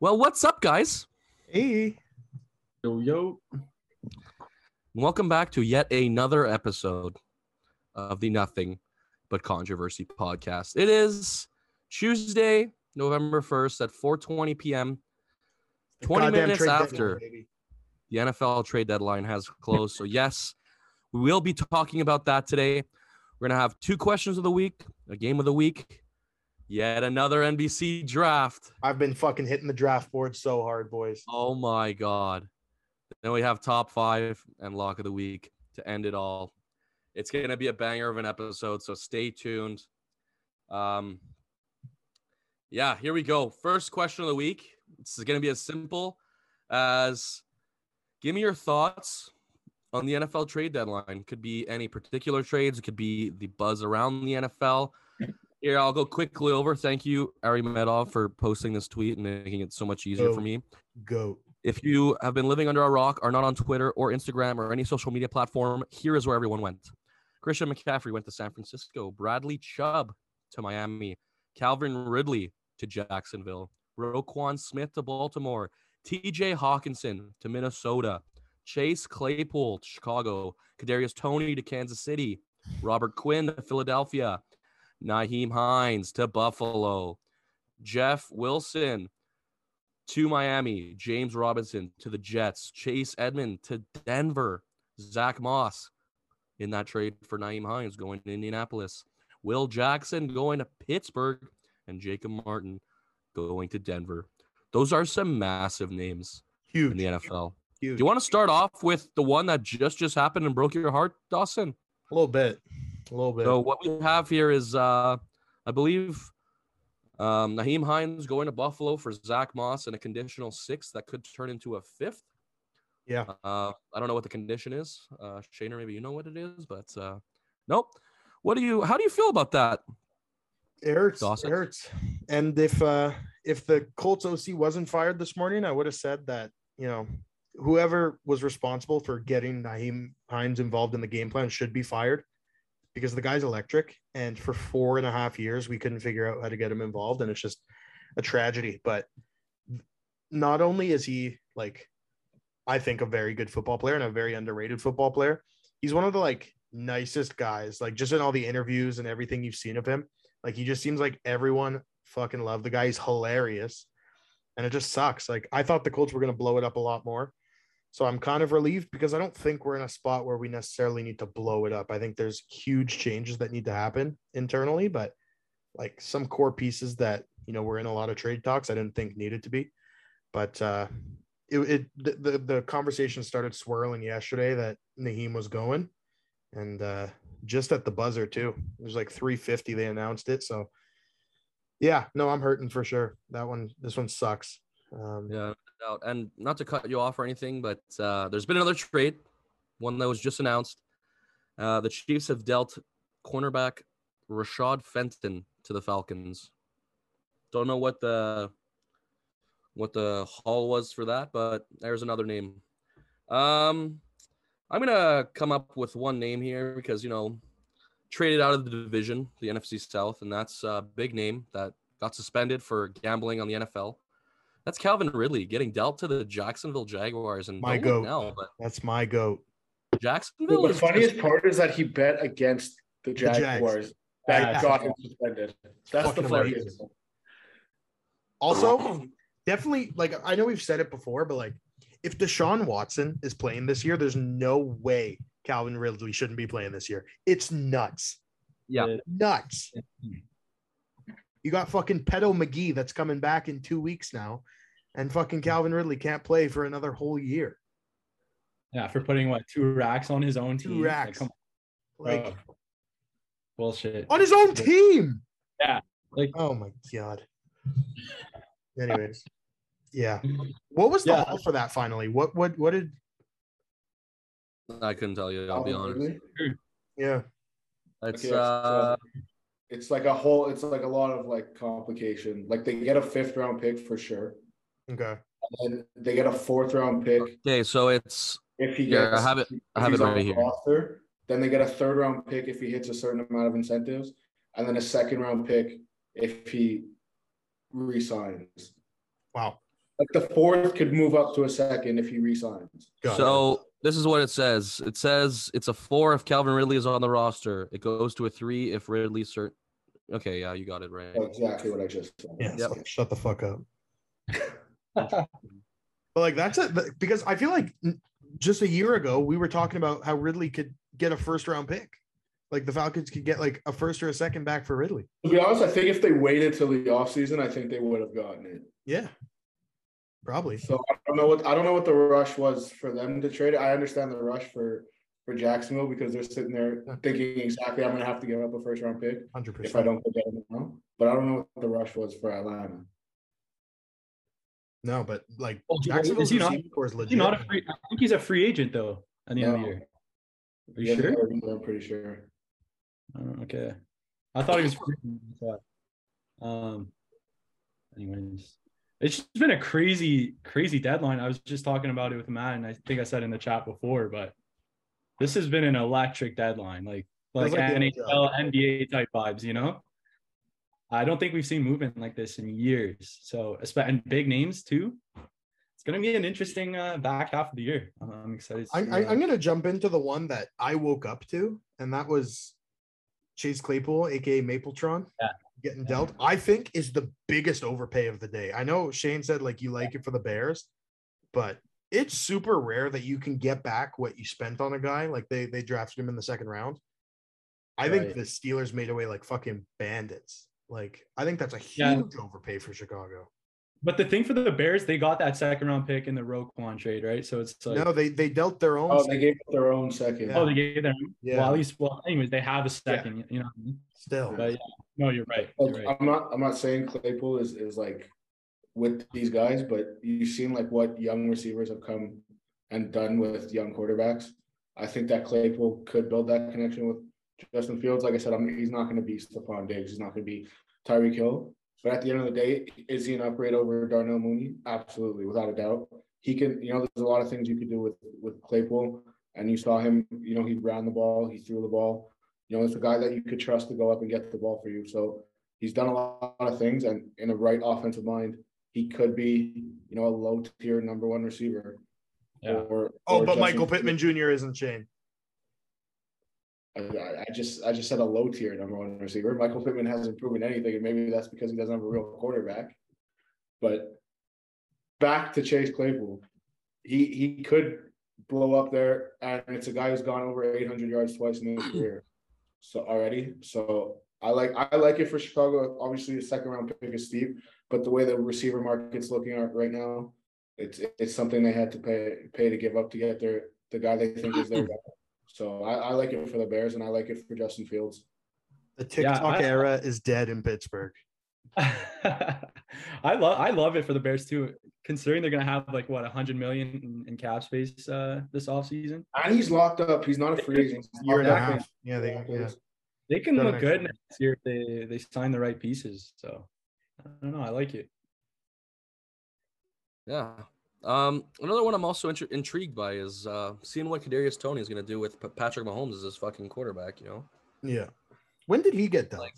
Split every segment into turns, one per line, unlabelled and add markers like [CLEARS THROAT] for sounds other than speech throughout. Well, what's up, guys?
Hey.
Yo, yo.
Welcome back to yet another episode of the Nothing But Controversy podcast. It is Tuesday, November 1st at 4:20 p.m. 20
Goddamn
minutes
trade deadline,
after
baby.
the NFL trade deadline has closed. so yes, we will be talking about that today. We're going to have two questions of the week, a game of the week, yet another NBC draft.
I've been fucking hitting the draft board so hard, boys.
Oh my god. Then we have top five and lock of the week to end it all. It's gonna be a banger of an episode, so stay tuned. Um yeah, here we go. First question of the week. This is gonna be as simple as give me your thoughts on the NFL trade deadline. Could be any particular trades, it could be the buzz around the NFL. Here, I'll go quickly over. Thank you, Ari Medov, for posting this tweet and making it so much easier for
Oh.
me.
Goat.
If you have been living under a rock, are not on Twitter or Instagram or any social media platform, here is where everyone went. Christian McCaffrey went to San Francisco, Bradley Chubb to Miami, Calvin Ridley to Jacksonville, Roquan Smith to Baltimore, TJ Hawkinson to Minnesota, Chase Claypool to Chicago, Kadarius Tony to Kansas City, Robert Quinn to Philadelphia, Naheem Hines to Buffalo, Jeff Wilson to Miami, James Robinson to the Jets, Chase Edmond to Denver, Zach Moss in that trade for Naeem Hines going to Indianapolis, Will Jackson going to Pittsburgh, and Jacob Martin going to Denver. Those are some massive names in
Huge.
the NFL. Do
Huge.
you want to start off with the one that just just happened and broke your heart, Dawson?
a little bit. A little bit.
So what we have here is, uh, I believe, um, Naheem Hines going to Buffalo for Zach Moss and a conditional sixth that could turn into a fifth.
Yeah.
Uh, I don't know what the condition is. Uh, Shayner, maybe you know what it is, but uh, nope. What do you? How do you feel about that?
It hurts.
Dawson.
It hurts. And if uh if the Colts OC wasn't fired this morning, I would have said that, you know, whoever was responsible for getting Naheem Hines involved in the game plan should be fired because the guy's electric. And for four and a half years, we couldn't figure out how to get him involved. And it's just a tragedy. But not only is he like, I think a very good football player and a very underrated football player, he's one of the like nicest guys, like just in all the interviews and everything you've seen of him. Like he just seems like everyone fucking loved the guy. He's hilarious. And it just sucks. Like I thought the Colts were going to blow it up a lot more. So I'm kind of relieved because I don't think we're in a spot where we necessarily need to blow it up. I think there's huge changes that need to happen internally, but like some core pieces that, you know, were in a lot of trade talks I didn't think needed to be. But uh it, it the, the the conversation started swirling yesterday that Naheem was going and uh just at the buzzer too. It was like 350 they announced it. So yeah, no, I'm hurting for sure. That one this one sucks. Um
Yeah, no doubt. and not to cut you off or anything, but uh, there's been another trade, one that was just announced. Uh, the Chiefs have dealt cornerback Rashad Fenton to the Falcons. Don't know what the what the haul was for that, but there's another name. Um, I'm gonna come up with one name here because you know traded out of the division, the NFC South, and that's a big name that got suspended for gambling on the NFL. That's Calvin Ridley getting dealt to the Jacksonville Jaguars and
My
don't look
goat.
now, but
That's my goat.
Jacksonville.
Well, the
is just-
funentiest part is that he bet against the
Jags.
Jaguars that
Yeah.
got him suspended. That's
Fucking
the funniest. part.
[CLEARS THROAT]
Also, definitely like I know we've said it before, but like if Deshaun Watson is playing this year, there's no way Calvin Ridley shouldn't be playing this year. It's nuts.
Yeah.
Nuts. You got fucking Pedo McGee that's coming back in two weeks now, and fucking Calvin Ridley can't play for another whole year.
Yeah, for putting what two racks on his own
Two
team.
racks.
come on,
Like Oh,
bro. bullshit.
on his own team.
Yeah, like-
oh my god. Anyways, yeah. What was the
Yeah.
haul for that finally? What what what did
I couldn't tell you. I'll be honest.
yeah
It's
Okay, so-
uh,
It's like a whole. It's like a lot of like complication. Like they get a fifth round pick for sure,
okay.
and they get a fourth round pick
uh, okay. So it's
if he
Yeah, I
gets.
have it-
if
I have
he's
it
on
right
the
here.
roster. Then they get a third round pick if he hits a certain amount of incentives, and then a second round pick if he resigns.
Wow.
Like the fourth could move up to a second if he resigns.
Got it.
so this is what it says. It says it's a four if Calvin Ridley is on the roster. It goes to a three if Ridley cert. Okay, yeah, you got it right.
That's exactly what I just said.
yeah,
Yep.
so shut the fuck up. But like that's it th- because I feel like n- just a year ago we were talking about how Ridley could get a first round pick. Like the Falcons could get like a first or a second back for Ridley.
To be honest, I think if they waited till the offseason, I think they would have gotten it.
Yeah. Probably.
So I don't know what I don't know what the rush was for them to trade it. I understand the rush for for Jacksonville because they're sitting there thinking exactly I'm going to have to give up a first round pick
100%.
if I don't go get him now. But I don't know what the rush was for Atlanta.
No, but like
Oh, he-
Jacksonville's
is he not-
receiving core is legit.
He's not a free. I think he's a free agent though. At the end of
No.
the year. Are you sure?
I'm pretty sure.
Oh, okay. I thought he
[LAUGHS]
was. free agent, but, Um. Anyways, it's just been a crazy, crazy deadline. I was just talking about it with Matt, and I think I said in the chat before, but this has been an electric deadline, like
Feels
like,
like the
NHL, NBA type vibes. You know, I don't think we've seen movement like this in years. So, espe- and big names too. It's gonna be an interesting uh, back half of the year. I'm, I'm excited. to
I,
see uh,
I,
that.
I'm going to jump into the one that I woke up to, and that was Chase Claypool, aka Mapletron,
Yeah.
getting
Yeah.
dealt. I think is the biggest overpay of the day. I know Shane said like you like it for the Bears, but it's super rare that you can get back what you spent on a guy. Like they they drafted him in the second round. I think
Right.
the Steelers made away like fucking bandits. Like I think that's a huge
Yeah.
overpay for Chicago.
But the thing for the Bears, they got that second round pick in the Roquan trade, right? So it's like,
no, they they dealt their own.
Oh, they gave up their own second.
oh, they gave them.
Yeah.
Well, at least, well, anyways, they have a second. You know, what I mean?
still.
but yeah, no, you're right. You're
Like, Oh,
right. [LAUGHS]
I'm not I'm not saying Claypool is is like with these guys, but you've seen like what young receivers have come and done with young quarterbacks. I think that Claypool could build that connection with Justin Fields. Like I said, I'm, he's not going to be Stephon Diggs. He's not going to be Tyreek Hill. But at the end of the day, is he an upgrade over Darnell Mooney? Absolutely, without a doubt. He can, you know, there's a lot of things you could do with with Claypool. And you saw him, you know, he ran the ball, he threw the ball. You know, it's a guy that you could trust to go up and get the ball for you. So he's done a lot of things and in a right offensive mind he could be you know a low tier number one receiver
Yeah.
or,
Oh,
or
but
Justin-
Michael Pittman Jr. isn't Shane.
I, I just i just said a low tier number one receiver michael pittman hasn't proven anything and maybe that's because he doesn't have a real quarterback but back to chase claypool he he could blow up there and it's a guy who's gone over 800 yards twice in his career so already so i like i like it for chicago obviously the second round pick is steep but the way the receiver market's looking at right now, it's it's something they had to pay pay to give up to get their the guy they think is their guy. So I, I like it for the Bears and I like it for Justin Fields.
The
Yeah,
TikTok
I-
era is dead in Pittsburgh.
I love, I love it for the Bears too. Considering they're gonna have like what 100 million in, in cap space uh, this offseason,
And he's locked up. He's not a free agent. He's
Year and a
locked up.
half. Oh, Yeah, they, yeah.
they can
Done
look good
excellent.
next year if they they sign the right pieces. So I don't know. I like it.
Yeah. Um, another one I'm also intri- intrigued by is uh, seeing what Kadarius Tony is going to do with P- Patrick Mahomes as his fucking quarterback. You know,
yeah. When did he get done?
Like,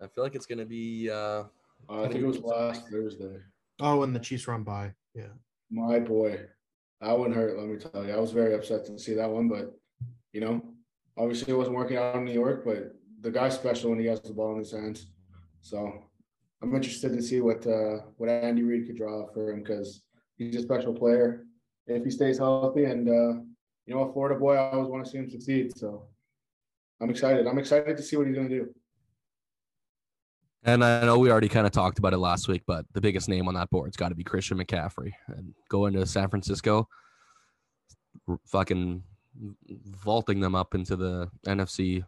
I feel like it's going to be. Uh,
Uh, I think it was last Thursday.
oh, when the Chiefs run by. Yeah.
My boy, that one hurt. Let me tell you, I was very upset to see that one, but you know, obviously it wasn't working out in New York. But the guy's special when he has the ball in his hands. So I'm interested to see what uh, what Andy Reid could draw up for him because he's a special player if he stays healthy. And uh, you know, a Florida boy, I always want to see him succeed. So I'm excited. I'm excited to see what he's gonna do.
and I know we already kind of talked about it last week, but the biggest name on that board's got to be Christian McCaffrey. And going to San Francisco, r- fucking vaulting them up into the NFC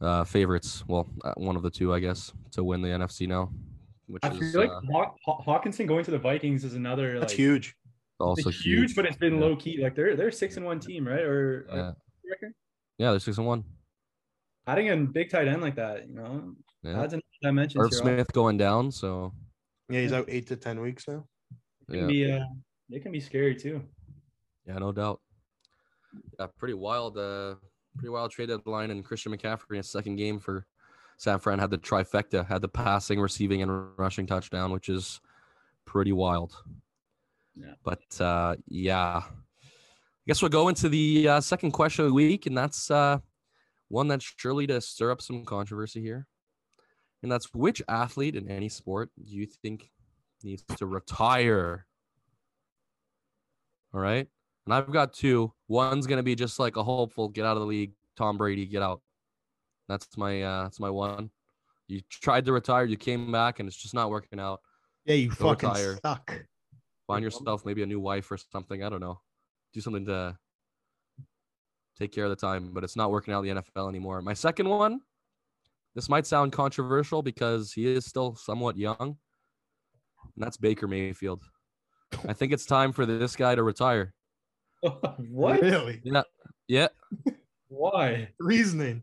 uh, favorites. Well, uh, one of the two, I guess, to win the NFC now, which
I
is
feel like
uh,
Haw- Haw- Hawkinson going to the Vikings is another like
That's huge.
it's
also
huge, but it's been
Yeah.
low key. Like they're they're six and one team, right? Or, or
Yeah.
record?
yeah, they're six and one.
adding a big tight end like that, you know,
Yeah.
adds another dimension.
Irv
to your offense.
Smith going down, so
Yeah, he's out eight to 10 weeks now.
It
yeah,
can be, uh, they can be scary too. [LAUGHS]
yeah, no doubt. Yeah, pretty wild, uh, pretty wild trade deadline, and Christian McCaffrey in his second game for San Fran had the trifecta, had the passing, receiving, and rushing touchdown, which is pretty wild.
Yeah.
But uh, yeah, I guess we'll go into the uh, second question of the week, and that's uh, one that's surely to stir up some controversy here. And that's which athlete in any sport do you think needs to retire? All right. And I've got two. One's going to be just like a hopeful get out of the league, Tom Brady, get out. That's my uh, that's my one. You tried to retire, you came back, and it's just not working out.
Yeah, you
Go
fucking
retire.
suck.
Find yourself maybe a new wife or something. I don't know. Do something to take care of the time, but it's not working out in the NFL anymore. My second one, this might sound controversial because he is still somewhat young, and that's Baker Mayfield. I think it's time for this guy to retire.
what?
Really?
Yeah,
Why? [LAUGHS]
Reasoning.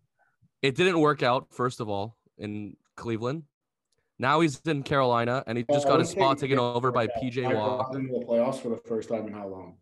it didn't work out first of all in Cleveland. Now he's in Carolina, and he
Oh,
Yeah,
just
I
got
would
his
say
spot
he
taken
did
over by
work out.
PJ
I brought
Walker.
them to the playoffs for the first time in how long?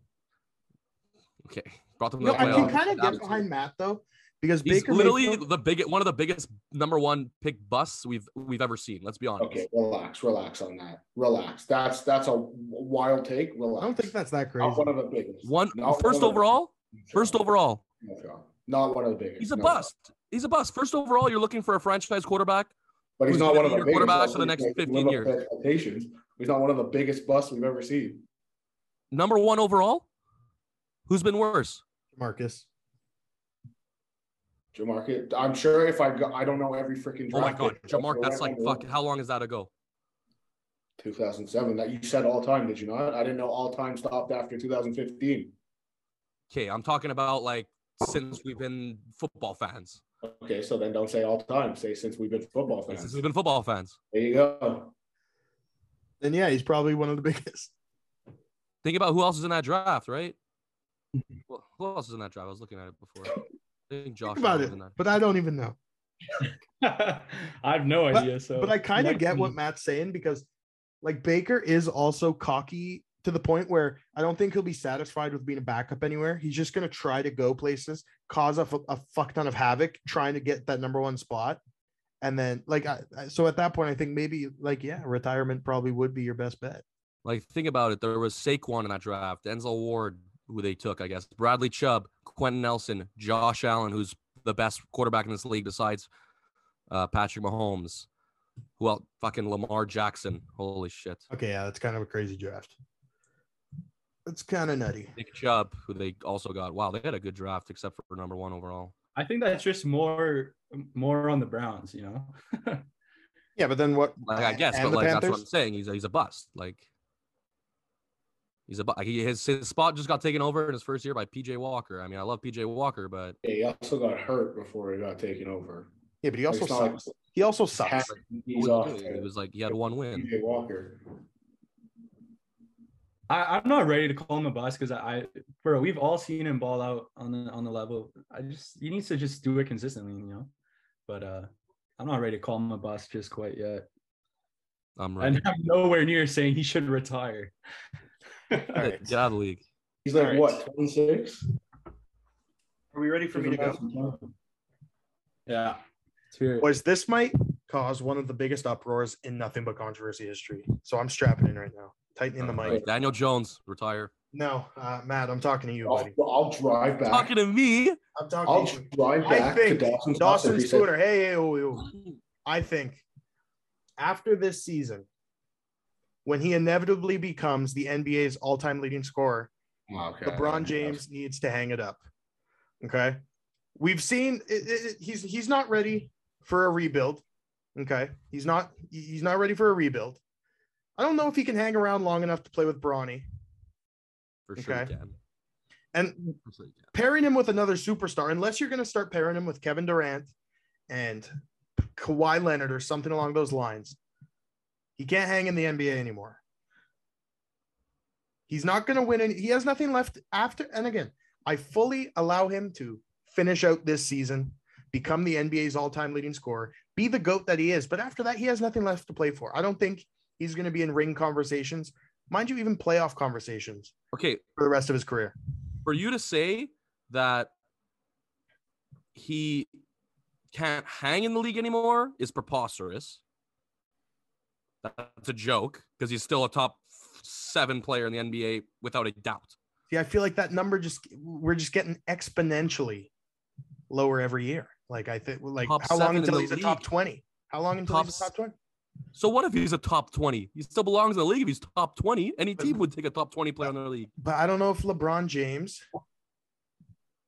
Okay, brought them to
No,
the
I
playoffs.
can kind of get behind Matt though, because
He's
Baker
literally
Mayfield-
the biggest, one of the biggest number one pick busts we've we've ever seen. Let's be honest.
Okay, relax, relax on that. Relax. That's that's a wild take. Relax.
I don't think that's that crazy.
not one of the biggest.
One
Not
first
one of the-
overall, first overall,
No, John. Not one of the biggest.
he's a
No.
bust. He's a bust. First overall, you're looking for a franchise quarterback.
But he's
Who's
not
gonna
one of
be
the
your
biggest.
quarterback
so
for the
he's
next
gonna
15
live up
years?
to Expectations. He's not one of the biggest busts we've ever seen.
Number one overall. Who's been worse?
Marcus.
Jamarcus. I'm sure if I go, I don't know every freaking.
Oh my
draft
God,
pick.
Jamar. That's like fuck. How long is that ago?
2007. That you said all time, did you not? I didn't know all time stopped after 2015.
Okay, I'm talking about like since we've been football fans.
Okay, so then don't say all time. Say since we've been football
Since
fans.
we've been football fans.
There you go.
Then yeah, he's probably one of the [LAUGHS] biggest.
Think about who else is in that draft, right? Well, who else is in that draft? I was looking at it before. I think Josh
Think about
Allen
it,
was in that.
but I don't even know.
I have no idea. So,
But I kind of
Next
get what
one.
Matt's saying because, like, Baker is also cocky to the point where I don't think he'll be satisfied with being a backup anywhere. He's just going to try to go places, cause a, fu- a fuck ton of havoc, trying to get that number one spot. And then, like, I, I- so at that point, I think maybe, like, yeah, retirement probably would be your best bet.
Like, think about it. There was Saquon in that draft, Denzel Ward, who they took, I guess, Bradley Chubb, Quentin Nelson, Josh Allen, who's the best quarterback in this league besides uh, Patrick Mahomes. Who else? Fucking Lamar Jackson. Holy shit.
Okay, yeah, that's kind of a crazy draft. That's kind of nutty.
Nick Chubb, who they also got. Wow, they had a good draft except for number one overall.
I think that's just more more on the Browns. You know,
Yeah, but then what?
Like I guess,
and
but
the
like that's what I'm
Panthers?
saying. He's a, he's a bust. Like he's a bu- like, he, his his spot just got taken over in his first year by PJ Walker. I mean, I love PJ Walker, but
Yeah, he also got hurt before he got taken over.
Yeah, but he also
It's not like
sucks. He also
half
sucks.
He's
what
off.
did he do? it was like he had one win.
[LAUGHS]
PJ Walker.
I, I'm not ready to call him a bust because I, I, bro, we've all seen him ball out on the on the level. I just he needs to just do it consistently. You know, but uh, I'm not ready to call him a bust just quite yet.
I'm
And
right.
I'm nowhere near saying he should retire.
All
Get
right.
get out of the league.
He's like
All right.
what 26.
Are we ready for me to go?
yeah. Let's hear it.
Boys, this might cause one of the biggest uproars in nothing but controversy history. So I'm strapping in right now, tightening the
All
mic.
right, Daniel Jones retire.
No, uh, Matt, I'm talking to you,
I'll,
buddy.
I'll drive back.
Talking to me.
I'm
I'll
talking to you.
drive
I
back
think
to Dawson's, house if
Dawson
he said-
Spooner. Hey, hey, oh, oh. I think after this season, when he inevitably becomes the NBA's all-time leading scorer,
Oh, okay.
LeBron James needs to hang it up. Okay. We've seen it, it- it- he's he's not ready for a rebuild. Okay. He's not he- he's not ready for a rebuild. I don't know if he can hang around long enough to play with Bronny.
For sure
Okay.
you can.
And
For sure you can.
pairing him with another superstar, unless you're going to start pairing him with Kevin Durant and Kawhi Leonard or something along those lines, he can't hang in the NBA anymore. He's not going to win. Any, he has nothing left after. And again, I fully allow him to finish out this season, become the NBA's all time leading scorer, be the GOAT that he is. But after that, he has nothing left to play for. I don't think he's going to be in ring conversations, mind you, even playoff conversations
Okay,
for the rest of his career.
for you to say that he can't hang in the league anymore is preposterous. That's a joke because he's still a top seven player in the NBA without a doubt.
See, I feel like that number just we're just getting exponentially lower every year. Like I think, like
Top
how long
seven in
until
the
he's a
league.
top twenty? How long until
Top
he's a
s-
top twenty?
So what if he's a top 20? He still belongs in the league if he's top 20. Any team would take a top 20 player in their league.
But I don't know if LeBron James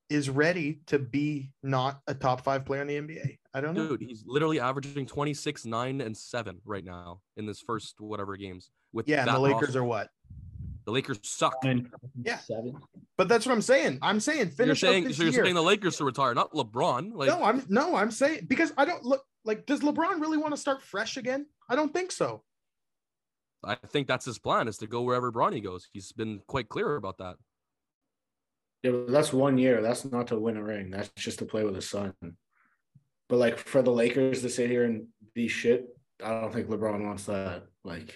is ready to be not a top five player in the NBA. I don't know.
Dude, he's literally averaging 26, 9, and 7 right now in this first whatever games. With
yeah, and
that
the Lakers
roster.
are what?
the Lakers suck.
Nine,
Yeah.
Seven.
But that's what I'm saying. I'm saying
You're
finish
saying
up this
so you're
year.
saying the Lakers to retire, not LeBron. Like
no, I'm no, I'm saying because I don't look like does LeBron really want to start fresh again? I don't think so.
I think that's his plan is to go wherever Bronny goes. He's been quite clear about that.
Yeah, but that's one year. That's not to win a ring. That's just to play with his son. But like for the Lakers to sit here and be shit, I don't think LeBron wants that. Like,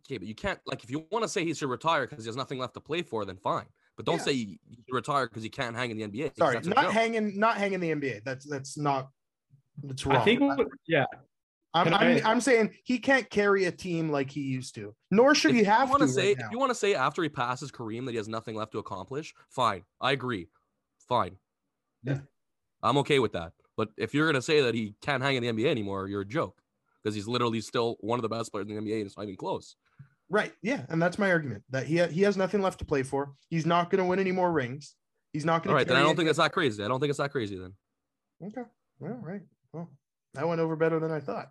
Okay, but you can't like if you want to say he should retire because he has nothing left to play for, then fine. But don't
Yeah.
say he he should retire because he can't hang in the NBA. 'cause
Sorry,
that's a
not
joke.
hanging, not hanging the NBA. That's that's not. That's wrong.
I think. what- Yeah.
I'm,
Can
I'm,
I-
I'm saying he can't carry a team like he used to, nor should
If
he have
you want
to.
to say
right
if
now.
you want to say after he passes Kareem that he has nothing left to accomplish, fine. I agree. Fine.
Yeah.
I'm okay with that. But if you're gonna say that he can't hang in the NBA anymore, you're a joke. Because he's literally still one of the best players in the NBA and it's not even close.
Right. Yeah. And that's my argument that he, he has nothing left to play for. He's not going to win any more rings. He's not going
All
to.
right, then I don't think that's that crazy. I don't think it's that crazy then.
Okay. All right. Well, that went over better than I thought.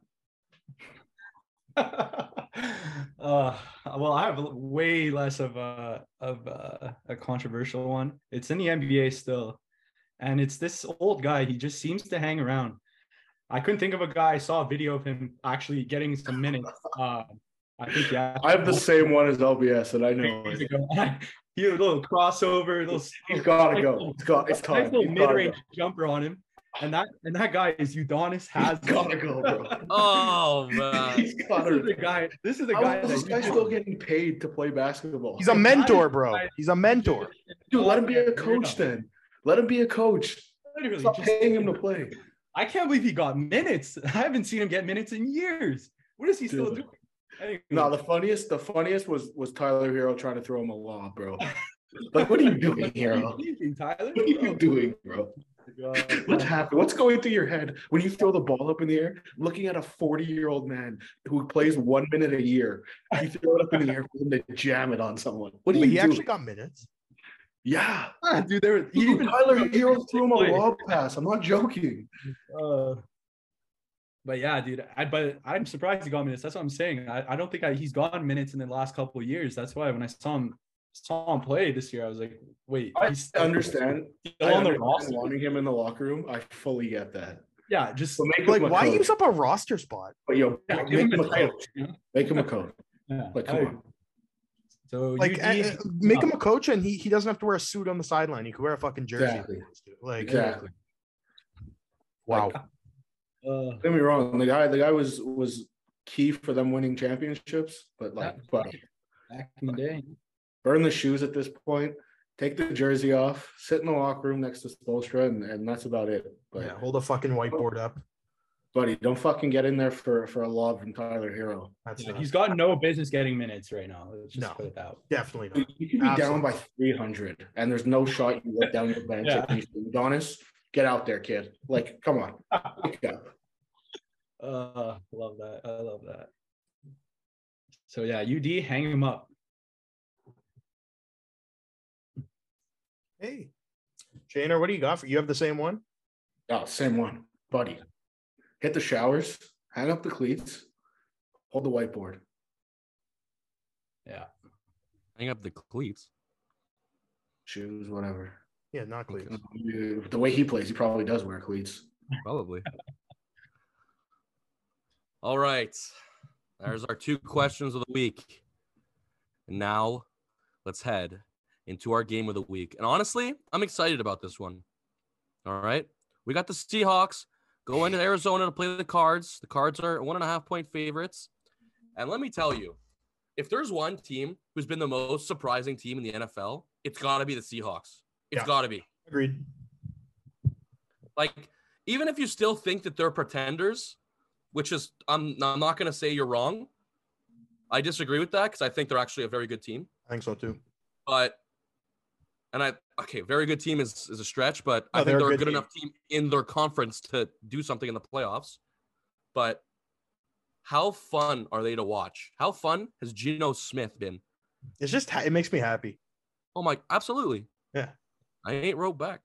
[LAUGHS] uh, well, I have way less of a of a, a controversial one. It's in the NBA still, and it's this old guy. He just seems to hang around. I couldn't think of a guy. I saw a video of him actually getting some minutes. Uh, I think yeah,
I have the same one as LBS, and I know
years
it.
ago. [LAUGHS] he had a little crossover, a little.
he's gotta go. It's got. It's time.
Nice little
He's gotta
mid-range
go.
jumper on him, and that and that guy is Udonis
He's
Haslam.
gotta go,
[LAUGHS]
bro.
Oh man.
He's gotta.
Uh, This is the guy. This is the
How
guy.
is this
that-
guy still getting paid to play basketball?
He's a mentor, bro. He's a mentor.
Dude, let him be a coach then. Let him be a coach.
Literally,
Stop
just-
paying him to play.
I can't believe he got minutes. I haven't seen him get minutes in years. What is he still
Dude.
doing? Anyway,
No, the funniest, the funniest was was Tyler Hero trying to throw him a lob, bro. Like, what are you doing, Hero?
[LAUGHS] What are you thinking, Tyler? Oh
What are you doing, bro? What's happening? What's going through your head when you throw the ball up in the air, looking at a 40 year old man who plays one minute a year? You throw it up in the air for him to jam it on someone. What are
But
you
he
doing?
actually got minutes.
yeah.
Yeah, dude, there was
Dude,
even
Tyler Hero threw him
play.
a lob pass. I'm not joking.
Uh, but yeah, dude, I but I'm surprised he got minutes. That's what I'm saying. I, I don't think I, he's gotten minutes in the last couple of years. That's why when I saw him saw him play this year, I was like, wait,
I
he's still-
understand.
still
I
on the
understand
roster.
wanting him in the locker room. I fully get that.
Yeah, just
So make him
Like,
a
why
coach.
use up a roster spot?
But yo,
yeah,
make
give him
him
a
a
title.
coach.
you know?
Make him a [LAUGHS] coach.
Yeah,
Like,
I-
come on.
So
Like,
UD
uh, uh, make him a coach, and he, he doesn't have to wear a suit on the sideline. He could wear a fucking jersey. if he
Exactly.
wants to. Like,
Exactly.
wow.
uh,
Don't get me wrong. The guy, the guy was was key for them winning championships. But like, fuck,
back in the day.
burn the shoes at this point. Take the jersey off. Sit in the locker room next to Spolstra, and, and that's about it. But
yeah, hold a fucking whiteboard up.
buddy, don't fucking get in there for for a lob from Tyler Hero.
That's
Yeah,
not-
he's got no business getting minutes right now. Let's just
No.
put it that way.
definitely not.
Dude, You could be down by three hundred, and there's no shot you let down your bench.
Yeah.
at least. Adonis, get out there, kid. Like, come on. Wake up.
Uh, love that. I love that. So yeah, UD, hang him up.
Hey, Janer, what do you got for you? Have the same one?
Oh, same one, buddy. Hit the showers. Hang up the cleats. Hold the whiteboard.
Hang up the cleats.
shoes, whatever.
Yeah, not
Okay.
cleats.
You- The way he plays, he probably does wear cleats.
Probably. All right. There's our two questions of the week. And now let's head into our game of the week. And honestly, I'm excited about this one. All right. We got the Seahawks going to Arizona to play the Cards. The Cards are one and a half point favorites. And let me tell you, if there's one team who's been the most surprising team in the NFL, it's got to be the Seahawks. It's
Yeah.
got to be.
Agreed.
Like, even if you still think that they're pretenders, which is I'm I'm not gonna say you're wrong, I disagree with that because I think they're actually a very good team.
I think so too.
But and I okay, very good team is is a stretch, but I
No,
think
they're
they're
a
a good
good team.
enough team in their conference to do something in the playoffs. But how fun are they to watch? How fun has Geno Smith been?
It's just ha- it makes me happy.
Oh my, absolutely.
Yeah.
I ain't row back.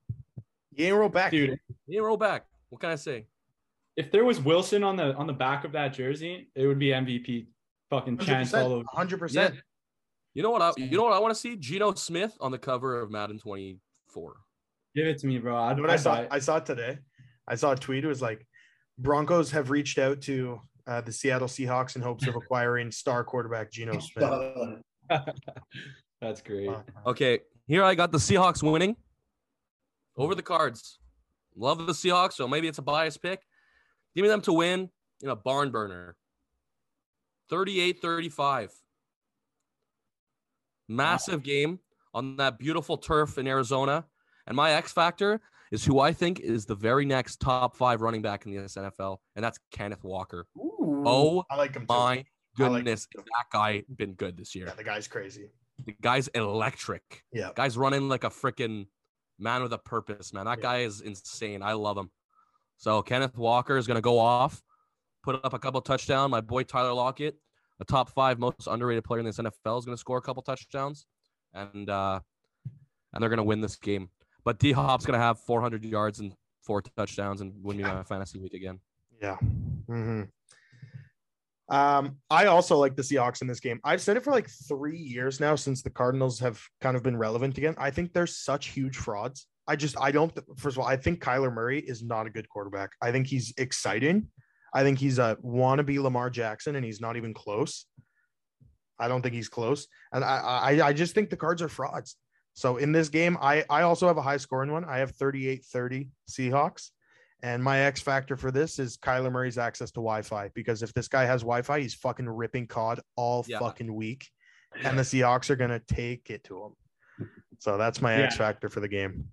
You ain't roll back,
Dude,
I ain't row back. What can I say?
if there was Wilson on the on the back of that jersey, it would be MVP fucking chance all over.
Hundred percent.
You know what I you know what I want to see? Geno Smith on the cover of Madden 24.
Give it to me, bro. I'd,
You know what I
I'd buy
saw?
it.
I saw it today. I saw a tweet. It was like Broncos have reached out to uh, the Seattle Seahawks in
[LAUGHS]
hopes of acquiring star quarterback Geno Smith.
That's great.
Okay, here I got the Seahawks winning over the Cards. Love the Seahawks, so maybe it's a biased pick. Give me them to win in a barn burner. 38-35. Massive game on that beautiful turf in Arizona. And my X factor is who I think is the very next top 5 running back in the NFL, and that's Kenneth Walker. Oh
I like him too.
my
I like-
goodness, has that guy been good this year.
Yeah, the guy's crazy.
The guy's electric.
Yeah.
Guy's running like a freaking man with a purpose, man. That
Yeah.
guy is insane. I love him. So Kenneth Walker is going to go off, put up a couple touchdowns. My boy Tyler Lockett, the top five most underrated player in this NFL, is going to score a couple touchdowns, and uh, and they're going to win this game. But D Hop's going to have 400 yards and four touchdowns and win me my fantasy week again.
Yeah. hmm Um, I also like the Seahawks in this game. I've said it for like three years now since the Cardinals have kind of been relevant again. I think they're such huge frauds. I just, I don't, first of all, I think Kyler Murray is not a good quarterback. I think he's exciting. I think he's a wannabe Lamar Jackson and he's not even close. I don't think he's close. And I, I, I just think the cards are frauds. So in this game, I, I also have a high scoring one. I have 38 30 Seahawks. And my X factor for this is Kyler Murray's access to Wi-Fi because if this guy has Wi-Fi, he's fucking ripping COD all
Yeah.
fucking week, and the Seahawks are gonna take it to him. So that's my X
Yeah.
factor for the game.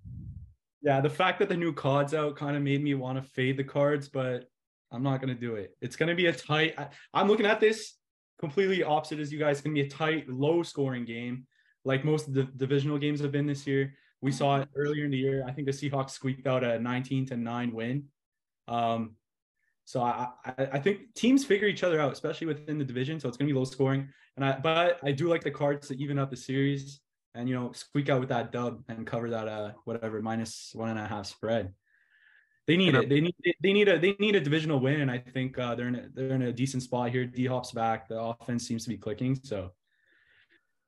Yeah, the fact that the new cards out kind of made me want to fade the cards, but I'm not gonna do it. It's gonna be a tight. I, I'm looking at this completely opposite as you guys. It's gonna be a tight, low-scoring game, like most of the divisional games have been this year. We saw it earlier in the year. I think the Seahawks squeaked out a 19 to nine win. Um, so I, I, I think teams figure each other out, especially within the division. So it's gonna be low-scoring, and I but I do like the cards to even up the series and you know squeak out with that dub and cover that uh whatever minus one and a half spread. They need
Can I-
it. They need they need a they need a divisional win, and I think uh, they're in a, they're in a decent spot here. D Hop's back. The offense seems to be clicking. So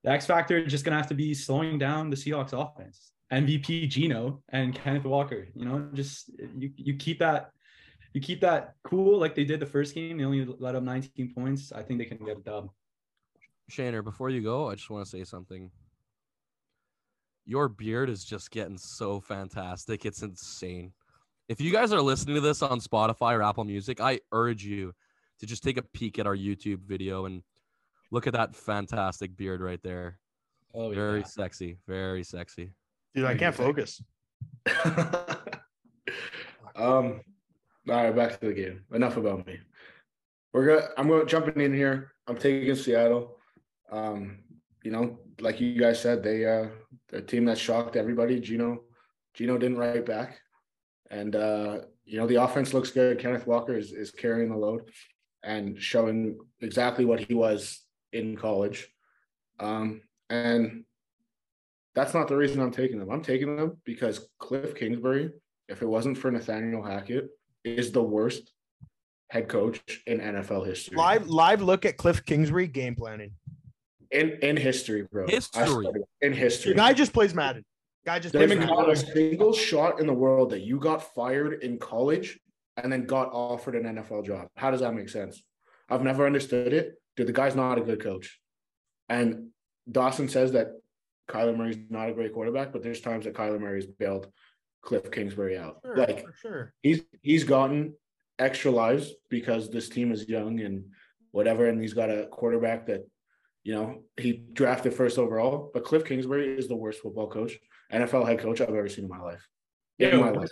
the X factor is just gonna have to be slowing down the Seahawks offense. MVP Gino and Kenneth Walker. You know, just you you keep that. You keep that cool like they did the first game. They only let up 19 points. I think they can get a dub.
Shaner, before you go, I just want to say something. Your beard is just getting so fantastic. It's insane. If you guys are listening to this on Spotify or Apple Music, I urge you to just take a peek at our YouTube video and look at that fantastic beard right there.
Oh,
Very sexy. Very sexy.
Dude, I
Dude,
can't
you think-
focus.
[LAUGHS] Um, all right, back to the game. Enough about me. We're gonna. I'm going jumping in here. I'm taking Seattle. Um, you know, like you guys said, they uh, they're a team that shocked everybody. Gino, Gino didn't write back, and uh, you know the offense looks good. Kenneth Walker is is carrying the load and showing exactly what he was in college. Um, and that's not the reason I'm taking them. I'm taking them because Cliff Kingsbury if it wasn't for Nathaniel Hackett, is the worst head coach in NFL history.
Live live look at Cliff Kingsbury game planning.
in in history, bro. I
History.
swear to God, in history.
The guy just plays Madden. Guy just
They
plays
haven't
Madden.
caught a single shot in the world that you got fired in college and then got offered an NFL job. How does that make sense? I've never understood it. Dude, the guy's not a good coach. And Dawson says that Kyler Murray's not a great quarterback, but there's times that Kyler Murray's bailed Cliff Kingsbury out.
Sure,
Like
for sure.
he's he's gotten extra lives because this team is young and whatever, and he's got a quarterback that you know he drafted first overall. But Cliff Kingsbury is the worst football coach, NFL head coach I've ever seen in my life.
Yeah,
In my
but-
life,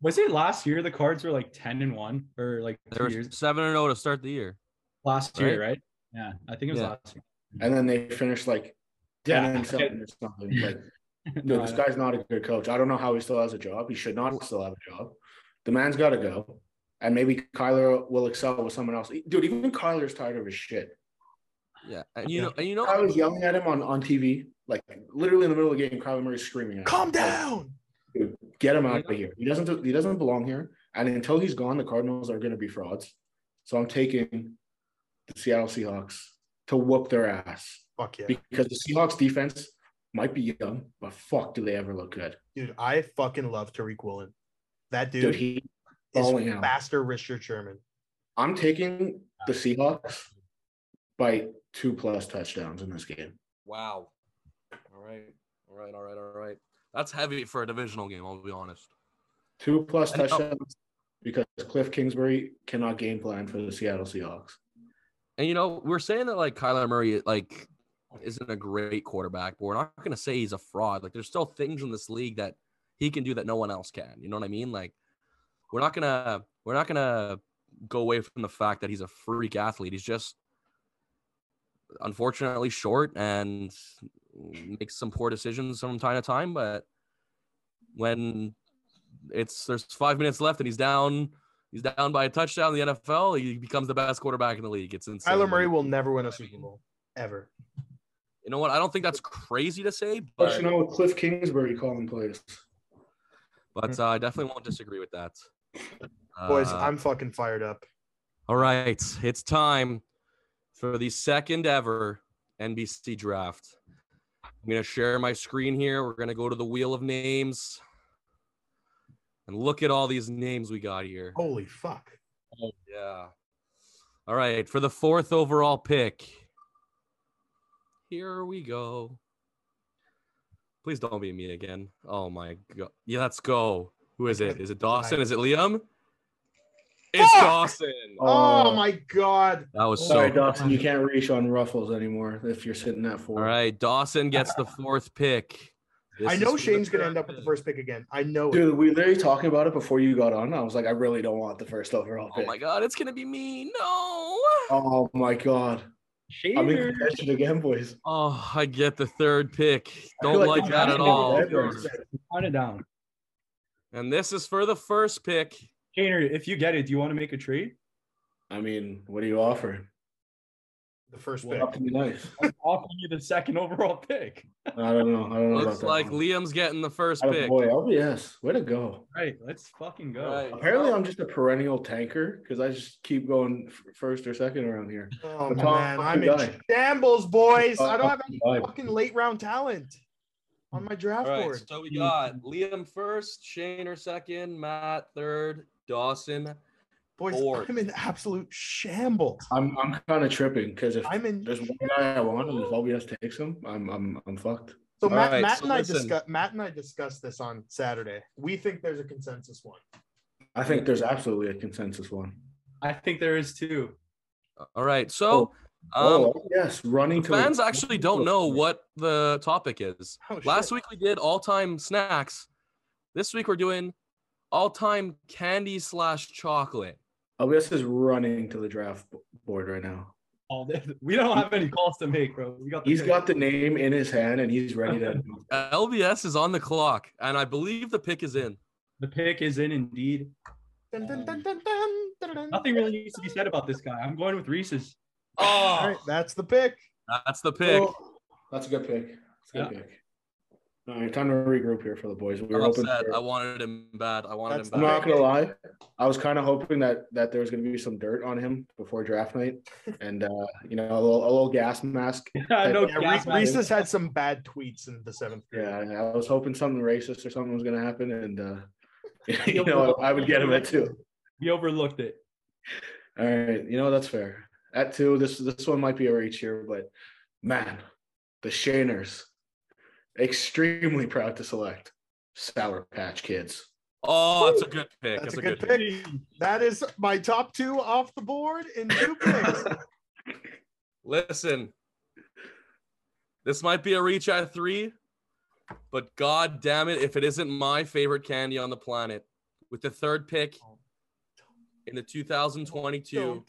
Was it last year the cards were like 10 and 1 or like
They
two
were
years
7 0 to oh start the year.
last year, right? Yeah, I think it was
Yeah.
last year.
and then they finished like 10
Yeah.
and 7 or
[LAUGHS]
something. Like, no,
Uh,
this guy's not a good coach. I don't know how he still has a job. He should not still have a job. The man's got to go. And maybe Kyler will excel with someone else. Dude, even Kyler's tired of his shit.
Yeah, and you know, and you know,
I was yelling at him on, on TV, like literally in the middle of the game, Kyler Murray's screaming at him.
Calm
Like,
down.
Get him out of here. He doesn't he doesn't belong here. And until he's gone, the Cardinals are gonna be frauds. So I'm taking the Seattle Seahawks to whoop their ass.
Fuck yeah.
Because the Seahawks defense might be young, but fuck do they ever look good.
Dude, I fucking love Tariq Woolen. That dude,
Dude, he
is
balling out.
faster Richard Sherman.
I'm taking the Seahawks by two plus touchdowns in this game.
wow. All right, all right, all right, all right. That's heavy for a divisional game. I'll be honest.
Two plus
And how-
touchdowns because Cliff Kingsbury cannot game plan for the Seattle Seahawks.
And you know, we're saying that like Kyler Murray like isn't a great quarterback, but we're not going to say he's a fraud. Like there's still things in this league that he can do that no one else can. You know what I mean? Like we're not going to we're not going to go away from the fact that he's a freak athlete. He's just unfortunately short and makes some poor decisions from time to time, but when it's there's 5 minutes left and he's down He's down by a touchdown in the NFL. He becomes the best quarterback in the league. It's insane.
Kyler Murray will never win a Super Bowl. Ever.
You know what? I don't think that's crazy to say,
But you
but,
know, with Cliff Kingsbury calling plays.
but uh, I definitely won't disagree with that.
Boys,
Uh,
I'm fucking fired up.
all right. It's time for the second ever NBC draft. I'm going to share my screen here. We're going to go to the wheel of names and look at all these names we got here.
Holy fuck.
Yeah. All right. For the fourth overall pick, here we go. Please don't be me again. Oh my god. Yeah, let's go. Who is it? Is it Dawson? Is it Liam? It's
Fuck!
Dawson.
Oh,
Oh.
my god.
That was
Sorry,
so.
Dawson, you can't reach on Ruffles anymore if you're sitting at
All
four.
right. Dawson gets the fourth pick. This
I
is
know
for the
Shane's gonna
third
end up with the
pick.
first pick again. I know it.
Dude, we were literally talking about it before you got on. I was like, I really don't want the first overall
Oh
pick.
my god, it's gonna be me. No.
Oh my god. I'm in
Shaver.
contention again, boys.
Oh, I get the third pick.
I
Don't
feel
like
I'm
that at
having
all.
it backwards.
Count it down.
And this is for the first pick.
Shaner, if you get it, do you want to make a trade?
I mean, what do you offer?
The first pick.
Up to be nice.
I'm offering you the second [LAUGHS] overall pick.
I don't know. I don't know.
Looks
about
like
that
Liam's getting the first
Atta
pick.
boy, LBS. Way to go.
Right, let's fucking go.
Right.
Apparently, I'm just a perennial tanker because I just keep going f- first or second around here.
Oh
But
man,
Tom,
I'm
you
in
die.
shambles, boys. I don't have any
Bye.
uh,
fucking late round talent on my draft
All right,
board.
so we got Liam first, Shaner second, Matt third, Dawson.
Boys,
bored.
I'm in absolute shambles.
I'm I'm kind of tripping because if
I'm in
there's one guy I want and if LBS takes him, I'm I'm I'm fucked.
So
All
Matt,
right,
Matt
so
and I
listen.
discuss Matt and I discussed this on Saturday. We think there's a consensus one.
I think there's absolutely a consensus one.
I think there is two.
All right, so um,
Oh yes, running to
fans actually don't know what the topic is.
Oh,
Last week we did all-time snacks. This week we're doing all-time candy slash chocolate.
LBS is running to the draft b- board right now.
All day. We don't have any calls to make, bro. We got the
He's
pick.
got the name in his hand and he's ready to.
LBS is on the clock, and I believe the pick is in.
the pick is in indeed.
Dun, dun, dun, dun, dun, dun, dun.
Nothing really needs to be said about this guy. I'm going with Reese's. [LAUGHS]
All
Oh,
right, that's the pick.
Ah, that's the pick.
Oh, that's a good pick. That's a good pick. All right, time to regroup here for the boys. We
I'm
were hoping
upset.
for-
I wanted him bad. I wanted
That's
him
I'm
bad.
not gonna lie. I was kind of hoping that that there was gonna be some dirt on him before draft night,
[LAUGHS]
and uh, you know, a little, a little gas mask.
I know
Yeah,
gas
Re-
mask.
Reese's had some bad tweets in the seventh grade.
Yeah, I was hoping something racist or something was gonna happen, and uh, [LAUGHS] you know, I, I would get him at two.
We overlooked it.
All right, you know that's fair. At two, this this one might be a reach here, but man, the Shaners, extremely proud to select Sour Patch Kids.
Oh, that's a good pick.
That's a good pick. That is my top two off the board in two picks.
Listen, this might be a reach at three, but god damn it, if it isn't my favorite candy on the planet, with the third pick in the 2022
Don't.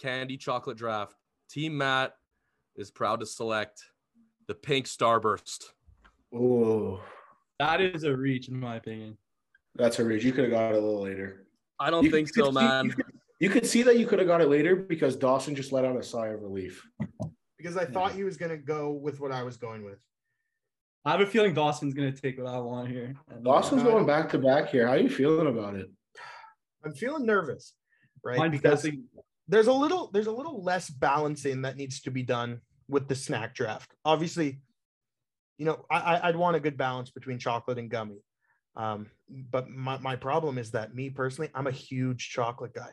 candy chocolate draft, Team Matt is proud to select the pink starburst.
Oh,
That is a reach, in my opinion.
that's a reach. You could have got it a little later.
I don't
You
think
could
so,
[LAUGHS]
see-
man.
You could see that you could have got it later because Dawson just let out a sigh of relief.
because I thought he was gonna go with what I was going with.
I have a feeling Dawson's gonna take what I want here. And, uh,
Dawson's
No, I
going back to back here. How are you feeling about it?
I'm feeling nervous, right?
mine's
because
definitely-
there's a little there's a little less balancing that needs to be done with the snack draft. Obviously, you know, I, I- I'd want a good balance between chocolate and gummy. Um, but my, my problem is that me personally, I'm a huge chocolate guy.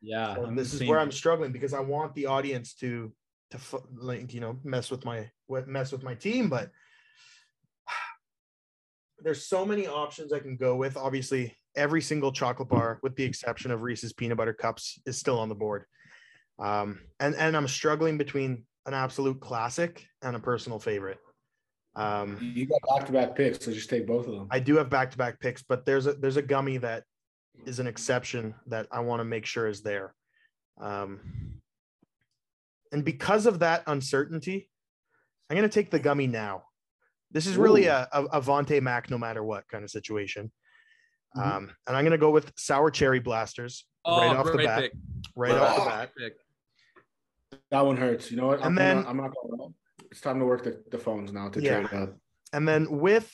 yeah.
So
I'm
this is
seeing-
where I'm struggling because I want the audience to to fu- like you know mess with my what- mess with my team, but [SIGHS] there's so many options I can go with. Obviously, every single chocolate bar, with the exception of Reese's peanut butter cups, is still on the board. Um, and and I'm struggling between an absolute classic and a personal favorite. Um,
You got back to back picks, so just take both of them.
I do have back to back picks, but there's a there's a gummy that is an exception that I want to make sure is there. Um, and because of that uncertainty, I'm going to take the gummy now. This is really
Ooh.
a, a, a Vontae Mac, no matter what kind of situation.
Mhm.
Um, and I'm going to go with sour cherry blasters
Oh,
right off the
great
bat.
pick.
Right
Right
off the
off.
bat.
Great pick.
that one hurts. You know what? I'm
And then-
not, I'm not going out. It's time to work the, the phones now to
Yeah.
trade up.
And then with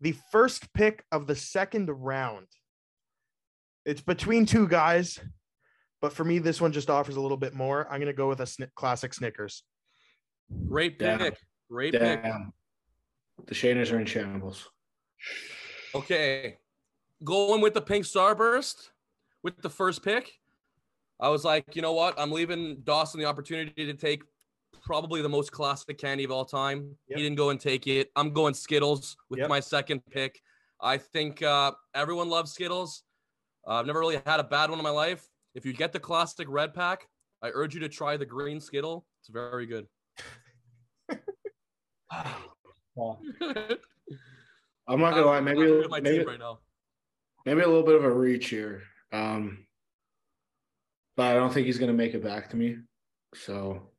the first pick of the second round, it's between two guys, but for me, this one just offers a little bit more. I'm going to go with a sni classic Snickers.
Great
Damn.
pick. Great pick.
Damn. The Shaners are in shambles.
Okay. Going with the pink starburst with the first pick. I was like, you know what? I'm leaving Dawson the opportunity to take probably the most classic candy of all time.
Yep.
He didn't go and take it. I'm going Skittles with
Yep.
my second pick. I think uh, everyone loves Skittles. Uh, I've never really had a bad one in my life. If you get the classic red pack, I urge you to try the green Skittle. It's very good.
[SIGHS]
Oh,
I'm not gonna lie, maybe
I'm
a-
with my
maybe,
team right now.
maybe a little bit of a reach here. Um, but I don't think he's gonna make it back to me. So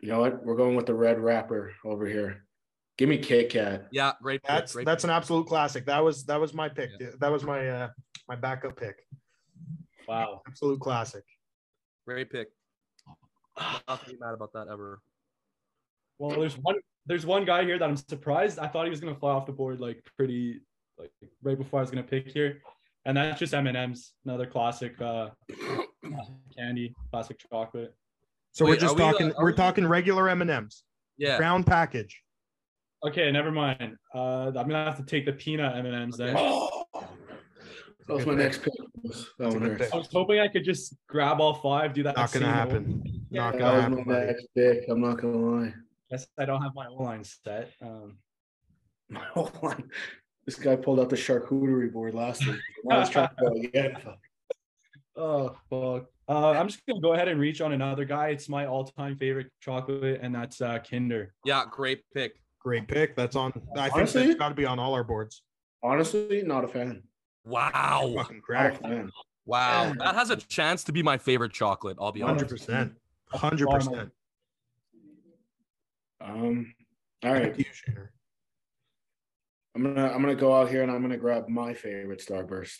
you know what? We're going with the red wrapper over here. Give me
[GASPS]
Kit Kat.
Yeah, great. pick,
That's
great
that's
pick.
an absolute classic. That was that was my pick. That was my uh my backup pick.
[SIGHS] wow.
Absolute classic.
Great
[SIGHS]
pick. Not gonna be mad about that ever.
Well, there's one there's one guy here that I'm surprised. I thought he was gonna fly off the board like pretty like right before I was gonna pick here. And that's just M and M's, another classic uh [COUGHS] candy, classic chocolate.
So
Wait,
we're just
are we, uh,
talking
are
we're
we-
talking regular M&Ms.
Yeah.
Brown package.
Okay, never mind. Uh I'm gonna have to take the peanut M and M's then.
Oh, that was my next pick. That
That's a
one
good
hurts.
pick.
I was hoping I could just grab all five, do that.
Not gonna
single.
happen.
Yeah,
Oh
Not gonna
That was
happen.
my
buddy.
next pick. I'm not gonna lie.
Guess I don't have my line set. Um,
[LAUGHS] My whole line. This guy pulled out the charcuterie board
[LAUGHS]
last week. Now he's trying to go again.
oh fuck. Uh, I'm just gonna go ahead and reach on another guy. It's my all-time favorite chocolate, and that's uh, Kinder.
Yeah, great pick.
Great pick. That's on I think
Honestly-
that's gotta be on all our boards.
Honestly, not a fan.
Wow.
Fucking
Not a
crack.
fan.
Wow.
Yeah.
That has a chance to be my favorite chocolate, I'll be honest.
Hundred percent.
Oh.
Hundred percent.
Um, all right.
Thank you, Shaner.
I'm gonna I'm gonna go out here and I'm gonna grab my favorite starburst.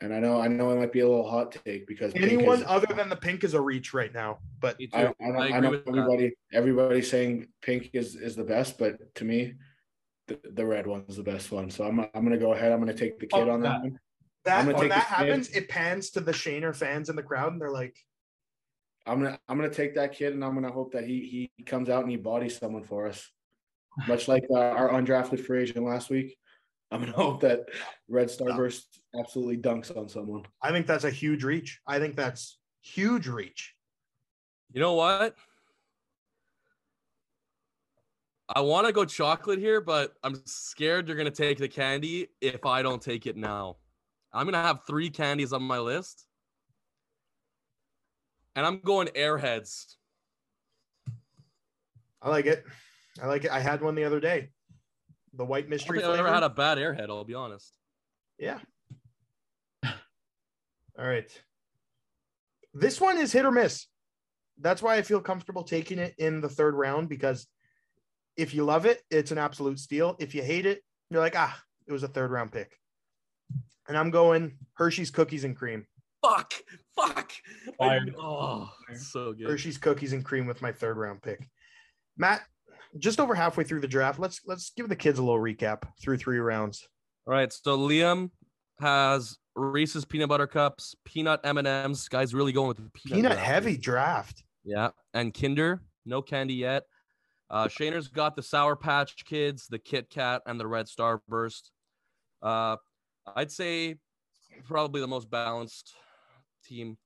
And I know I know it might be a little hot take because pink
Anyone
is-
other than the pink is a reach right now, but
Me too.
I, I, know-
I
I,
agree
know
with that.
everybody everybody's saying pink is is the best, but to me, the, the red one's the best one. So I'm I'm gonna go ahead. I'm gonna take the kid
Fuck
on that
that.
one. I'm
that
gonna
when
take
that
the snake.
happens, it pans to the Shaner fans in the crowd, and they're like,
I'm gonna I'm gonna take that kid and I'm gonna hope that he he comes out and he bodies someone for us, much like uh, our undrafted free agent last week. I'm gonna [LAUGHS] hope that red starburst absolutely dunks on someone.
"I think that's a huge reach. I think that's huge reach."
You know what? I want to go chocolate here, but I'm scared you're going to take the candy if I don't take it now. I'm going to have three candies on my list. And I'm going airheads.
I like it. I like it. I had one the other day, the white
I
mystery.
have never
flavor.
had a bad airhead, I'll be honest.
yeah. All right. This one is hit or miss. That's why I feel comfortable taking it in the third round because if you love it, it's an absolute steal. If you hate it, you're like, ah, it was a third round pick. And I'm going Hershey's cookies and cream.
Fuck. Fuck. I
Fire.
knew- Oh, it's so good.
Hershey's cookies and cream with my third round pick. Matt, just over halfway through the draft, let's let's give the kids a little recap through three rounds.
All right, so Liam has Reese's peanut butter cups, peanut M and M's. Guys, really going with the peanut.
Peanut
draft.
heavy draft.
Yeah, and Kinder, no candy yet. Uh, Shayner's got the Sour Patch Kids, the Kit Kat, and the Red Star Burst. Uh, I'd say probably the most balanced team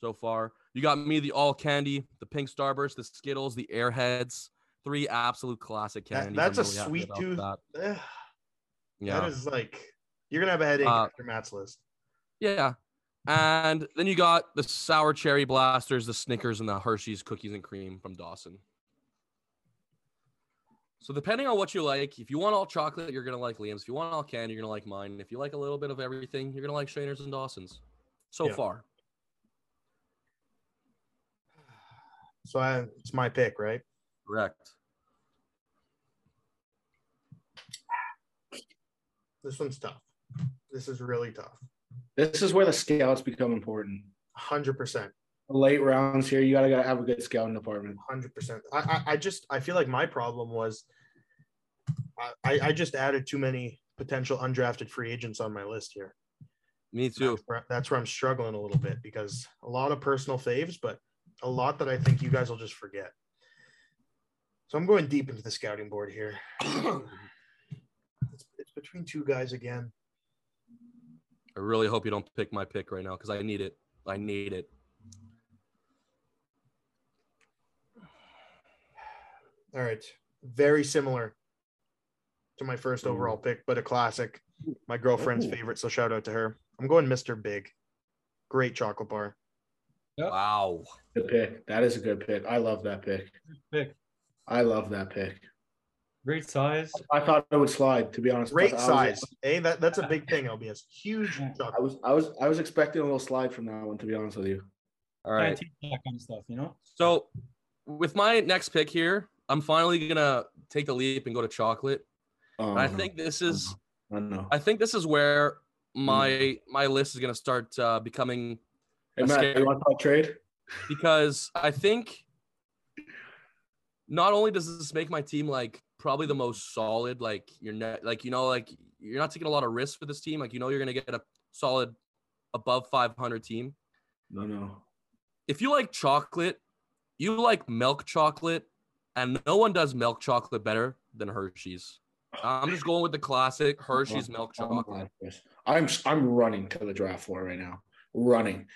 so far. You got me the all candy, the pink starburst, the Skittles, the Airheads, three absolute classic
That-
candies.
that's
I'm
a
happy
sweet
about
tooth.
that.
Ugh,
Yeah.
That is like you're gonna have a headache
Uh,
after Matt's list.
Yeah. And then you got the sour cherry blasters, the Snickers, and the Hershey's cookies and cream from Dawson. So depending on what you like, if you want all chocolate, you're gonna like Liam's. If you want all candy, you're gonna like mine. If you like a little bit of everything, you're gonna like Shainer's and Dawson's. So
Yeah.
far,
So I, it's my pick, right?
correct.
This one's tough. This is really tough.
This is where the scouts become important.
Hundred percent,
Late rounds here, you gotta, gotta have a good scouting department.
hundred percent. I, I, I just I feel like my problem was, I- I, I just added too many potential undrafted free agents on my list here.
Me too.
That's where, that's where I'm struggling a little bit because a lot of personal faves, but a lot that I think you guys will just forget. So I'm going deep into the scouting board here.
[CLEARS THROAT]
it's, it's between two guys again.
I really hope you don't pick my pick right now because I need it. I need it.
All right. Very similar to my first
Ooh.
overall pick, but a classic. My girlfriend's
Mm. Ooh.
favorite. So shout out to her. I'm going Mr. Big. Great chocolate bar.
Yep.
Wow.
Good pick. That is a good pick. I love that pick.
Pick.
I love that pick.
Great size.
I thought it would slide, to be honest. I
Great
was-
size. Hey, that, that's a
[LAUGHS]
big thing, LBS. Huge
Yeah.
I
chocolate.
was, I was, I was expecting a little slide from that one, to be honest with you.
All
Trying
right.
to teach that kind of stuff, you know?
So, with my next pick here, I'm finally gonna take the leap and go to chocolate.
Um,
And I think this is
I don't know.
I think this is where my my list is gonna start uh, becoming
Hey,
a
Matt,
scary-
you want to talk trade?
because I think not only does this make my team like probably the most solid, like you're not like you know like you're not taking a lot of risks with this team. Like you know you're gonna get a solid above 500 team.
No, no.
If you like chocolate, you like milk chocolate, and no one does milk chocolate better than Hershey's. I'm just going with the classic Hershey's milk
Oh
chocolate.
my goodness. I'm I'm running to the draft floor right now. Running.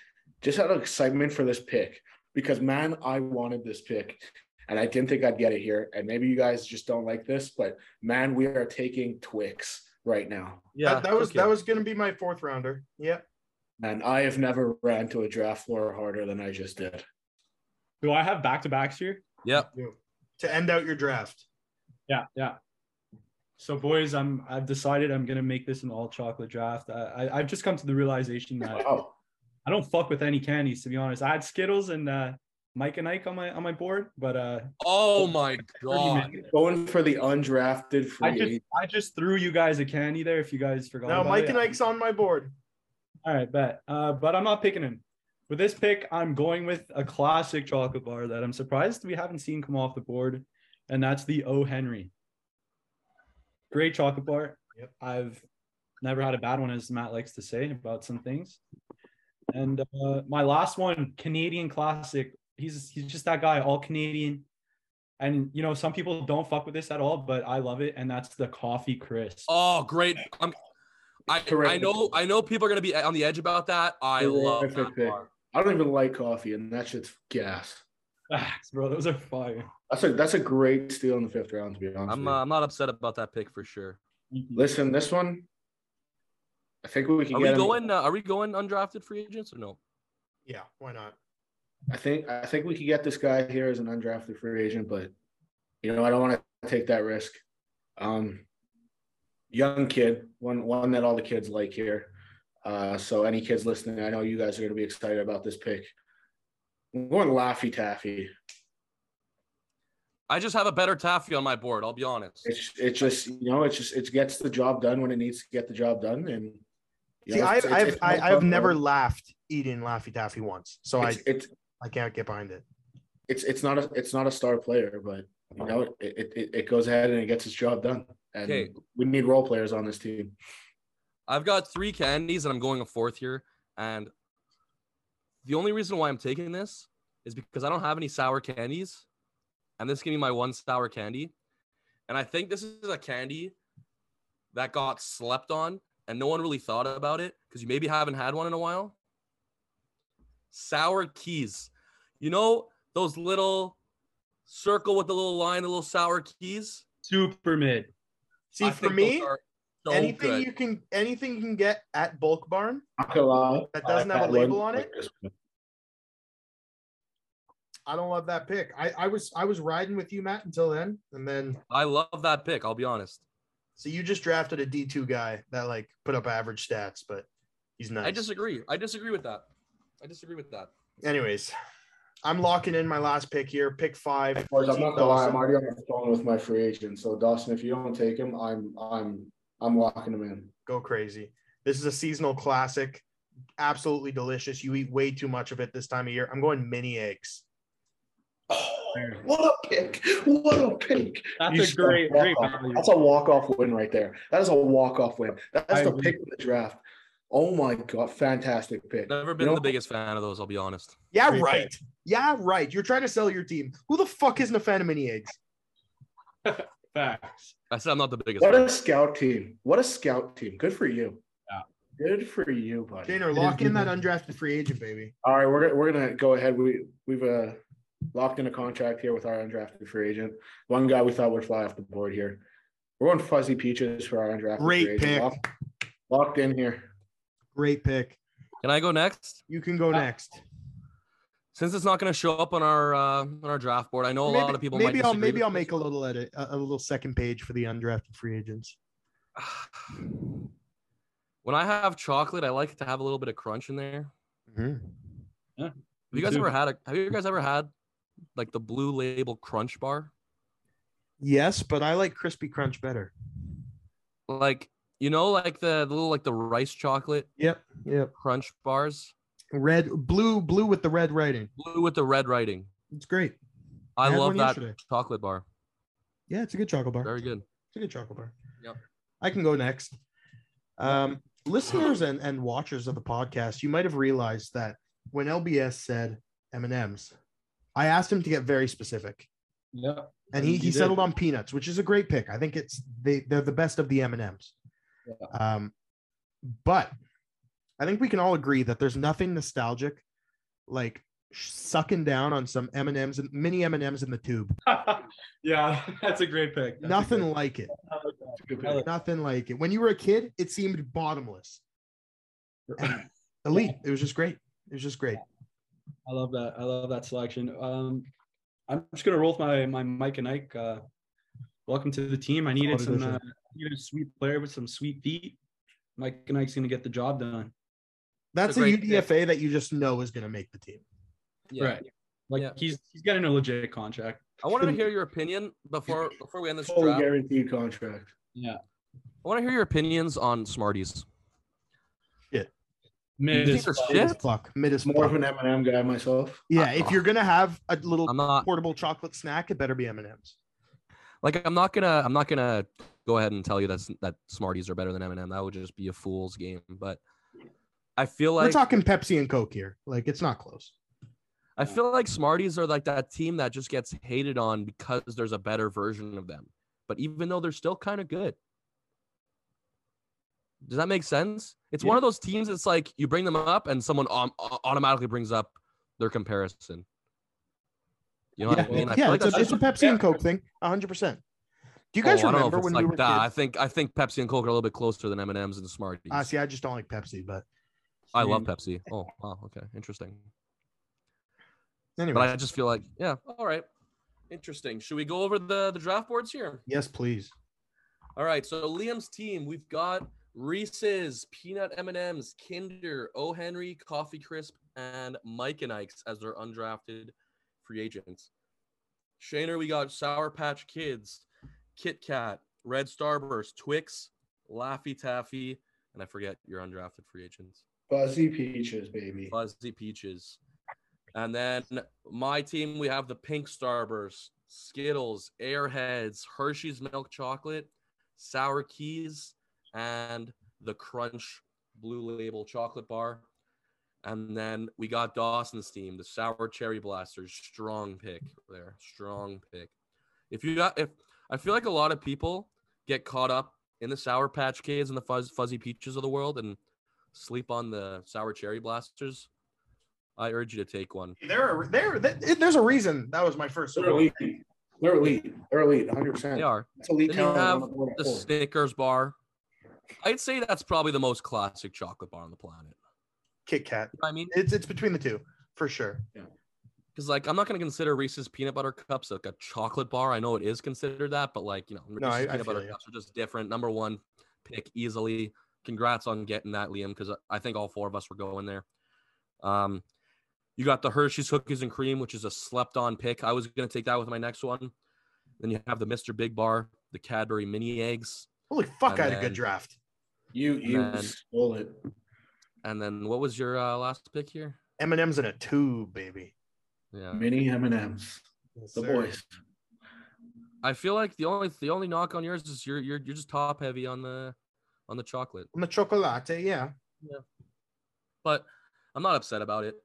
Just out of excitement for this pick because man, I wanted this pick and I didn't think I'd get it here. And maybe you guys just don't like this, but man, we are taking Twix right now.
Yeah,
that, that was
okay.
that was gonna be my fourth rounder. Yep.
And I have never ran to a draft floor harder than I just did.
Do I have back to backs here?
Yep.
You- to end out your draft.
Yeah, yeah. So, boys, I'm I've decided I'm gonna make this an all chocolate draft. I, I I've just come to the realization that
Wow.
I don't fuck with any candies to be honest. I had Skittles and uh, Mike and Ike on my on my board, but uh,
Oh my god.
Going for the undrafted free
I just
agent.
I just threw you guys a candy there if you guys
Oh,
forgot.
Now
about
Mike
it.
and Ike's on my board.
All right, bet. Uh, but I'm not picking him. With this pick, I'm going with a classic chocolate bar that I'm surprised we haven't seen come off the board, and that's the O Henry. Great chocolate bar.
Yep.
I've never had a bad one, as Matt likes to say about some things. And uh, my last one, Canadian classic. He's he's just that guy, all Canadian. And you know, some people don't fuck with this at all, but I love it, and that's the coffee crisp.
Oh, great. I'm, I, I
Terrific.
know I know people are gonna be on the edge about that. I love that
Terrific pick.
bar.
I don't even like coffee, and that shit's gas.
Facts, bro. Those are fire.
That's a that's a great steal in the fifth round, to be honest.
I'm
with you.
uh, I'm not upset about that pick for sure.
Listen, this one, I think we
Mm-hmm.
can
Are we
get. him-
going? Uh, are we going undrafted free agents or no?
Yeah, why not?
I think I think we could get this guy here as an undrafted free agent, but you know I don't want to take that risk. Um, young kid, one one that all the kids like here. Uh, so any kids listening, I know you guys are going to be excited about this pick. I'm going Laffy Taffy.
I just have a better taffy on my board. I'll be honest.
It's it's just you know it's just it gets the job done when it needs to get the job done and. you
See,
know,
I've
it's- it's-
I've
it's no
I, I've
fun,
never
bro.
laughed eating Laffy Taffy once, so I
It's, it's
I can't get behind it.
it's it's not a it's not a star player, but you know it it, it, it goes ahead and it gets its job done. And
Okay.
we need role players on this team.
I've got three candies and I'm going a fourth here. And the only reason why I'm taking this is because I don't have any sour candies. And this can be my one sour candy. And I think this is a candy that got slept on and no one really thought about it because you maybe haven't had one in a while. Sour keys. You know, those little circle with the little line, the little sour keys?
Super mid.
See,
I
for
think those
me,
are so
anything
good.
you can anything you can get at Bulk Barn
Not gonna lie,
That
I
doesn't
like
have a
that
label
one.
on it? I don't love that pick. I, I was I was riding with you, Matt, until then, and then
I love that pick, I'll be honest.
so you just drafted a D two guy that like put up average stats, but he's nice.
I disagree. I disagree with that. I disagree with that.
Anyways, I'm locking in my last pick here, pick five.
Boys, I'm not gonna lie. I'm
Dawson.
already on the phone with my free agent. So Dawson, if you don't take him, I'm I'm I'm locking him in.
Go crazy. This is a seasonal classic, absolutely delicious. You eat way too much of it this time of year. I'm going mini eggs. Oh,
what a pick! What a pick!
That's
You
a
said
great, great
walk-off.
value.
That's a walk-off win right there. That is a walk-off win. That's
I
the
agree.
pick of the draft. Oh my god, fantastic pick.
Never been
know-
the biggest fan of those, I'll be honest. [LAUGHS]
Yeah,
Great
right. Yeah, right. You're trying to sell your team. Who the fuck isn't a fan of mini eggs?
Facts.
I said I'm not the biggest
What
fan.
a scout team. What a scout team. Good for you.
Yeah.
Good for you, buddy.
Janer, lock in that undrafted free agent, baby.
All right, we're, we're gonna go ahead. We we've uh, locked in a contract here with our undrafted free agent. One guy we thought would fly off the board here. We're on Fuzzy Peaches for our undrafted
Great
free
pick.
agent. Locked, locked in here.
Great pick. Uh,
Can I go next?
You can go next.
Since it's not going to show up on our uh, on our draft board, I know a lot of people.
Maybe
might
I'll
disagree
maybe I'll
with
make a little edit, a, a little second page for the undrafted free agents.
this. [SIGHS] When I have chocolate, I like to have a little bit of crunch in there. Have you guys
too.
ever had a? Have you guys ever had like the Blue Label Crunch Bar?
Yes, but I like crispy crunch better.
Like you know, like the, the little like the rice chocolate
Yep, yep.
crunch bars,
Red, blue, blue with the red writing.
blue with the red writing.
It's great. I
I
had
love
one
that
yesterday.
chocolate bar.
Yeah, it's a good chocolate bar.
Very good.
It's a good chocolate bar.
Yep.
I can go next. Um, listeners and, and watchers of the podcast, you might have realized that when LBS said M and M's, I asked him to get very specific,
Yeah.
and he,
He
he
did.
settled on peanuts, which is a great pick. I think it's they they're the best of the M and M's. Um, but I think we can all agree that there's nothing nostalgic like sucking down on some M and M's and mini M and M's in the tube.
[LAUGHS] yeah, that's a great pick. That's a
Nothing
great-
like it.
I like that.
Good
I
pick.
like-
Nothing like it. When you were a kid, it seemed bottomless. And elite. It was just great. It was just great.
I love that. I love that selection. Um, I'm just gonna roll with my my Mike and Ike. Uh, welcome to the team. I needed some
Audition.
uh, needed a sweet player with some sweet feet. Mike and Ike's gonna get the job done.
That's
a
a,
great
UDFA that you just know is going to make the team.
Yeah.
Right. Like
Yeah.
he's he's getting a legit contract.
I wanted to hear your opinion before before we end this
Fully
draft.
guaranteed contract.
Yeah.
I want to hear your opinions on Smarties.
Mid
You
as
think they're
fuck.
Mid as
shit?
fuck. Mid as
More of
fuck.
an M&M guy myself.
Yeah, if you're going to have a little
I'm not
portable chocolate snack, it better be M&M's.
like I'm not gonna I'm not gonna go ahead and tell you that's that Smarties are better than M&M. That would just be a fool's game. But I feel
We're
like
talking Pepsi and Coke here. Like it's not close.
I feel like Smarties are like that team that just gets hated on because there's a better version of them. But even though they're still kind of good. Does that make sense? It's one
Yeah.
of those teams that's like you bring them up and someone um, au- automatically brings up their comparison. You know
Yeah,
what Uh, I mean? I
yeah,
feel like
it's, a,
that's
it's a Pepsi and Coke thing, 100%. Do you guys
Oh, I don't know if
remember
it's
when
like
we were
that. I
kids?
think I think Pepsi and Coke are a little bit closer than M and M's and Smarties.
Ah, see, I just don't like Pepsi, but
I love
Same.
Pepsi. Oh wow, okay, interesting. But
anyway.
I just feel like yeah, all right, interesting. Should we go over the the draft boards here?
Yes, please.
All right, so Liam's team we've got Reese's, Peanut M and M's, Kinder, O Henry, Coffee Crisp, and Mike and Ike's as their undrafted free agents. Shaner, we got Sour Patch Kids, Kit Kat, Red Starburst, Twix, Laffy Taffy, and I forget your undrafted free agents.
Fuzzy peaches, baby.
Fuzzy Peaches. And then my team, we have the Pink Starburst, Skittles, Airheads, Hershey's Milk Chocolate, Sour Keys, and the Crunch Blue Label Chocolate Bar. And then we got Dawson's team, the Sour Cherry Blasters. Strong pick there. Strong pick. If you got, if I feel like a lot of people get caught up in the Sour Patch Kids and the fuzz, Fuzzy Peaches of the world and sleep on the Sour Cherry Blasters. I urge you to take one.
There are there there- there's a reason that was my first.
They're elite. They're elite. They're elite. 100. percent
They are.
That's elite
Then you
talent.
have
on the board at
The
four.
Snickers bar. I'd say that's probably the most classic chocolate bar on the planet.
Kit Kat.
You know what I mean,
It's it's between the two for sure.
because like I'm not gonna consider Reese's peanut butter cups like a chocolate bar. I know it is considered that, but like you know,
No, I-
Reese's
I
peanut
feel
butter
you.
cups are just different. Number one pick easily. Congrats on getting that, Liam, because I think all four of us were going there. Um, you got the Hershey's cookies and cream, which is a slept-on pick. I was gonna take that with my next one. Then you have the Mr. Big Bar, the Cadbury mini eggs,
Holy fuck!
And
I had a
then-
good draft.
You you
Man.
stole it.
and then what was your uh, last pick here?
M and M's in a tube, baby.
Yeah.
Mini M and M's. The boys.
I feel like the only the only knock on yours is you're you're you're just top heavy on the on the chocolate.
I'm a chocolate. Yeah.
But I'm not upset about it.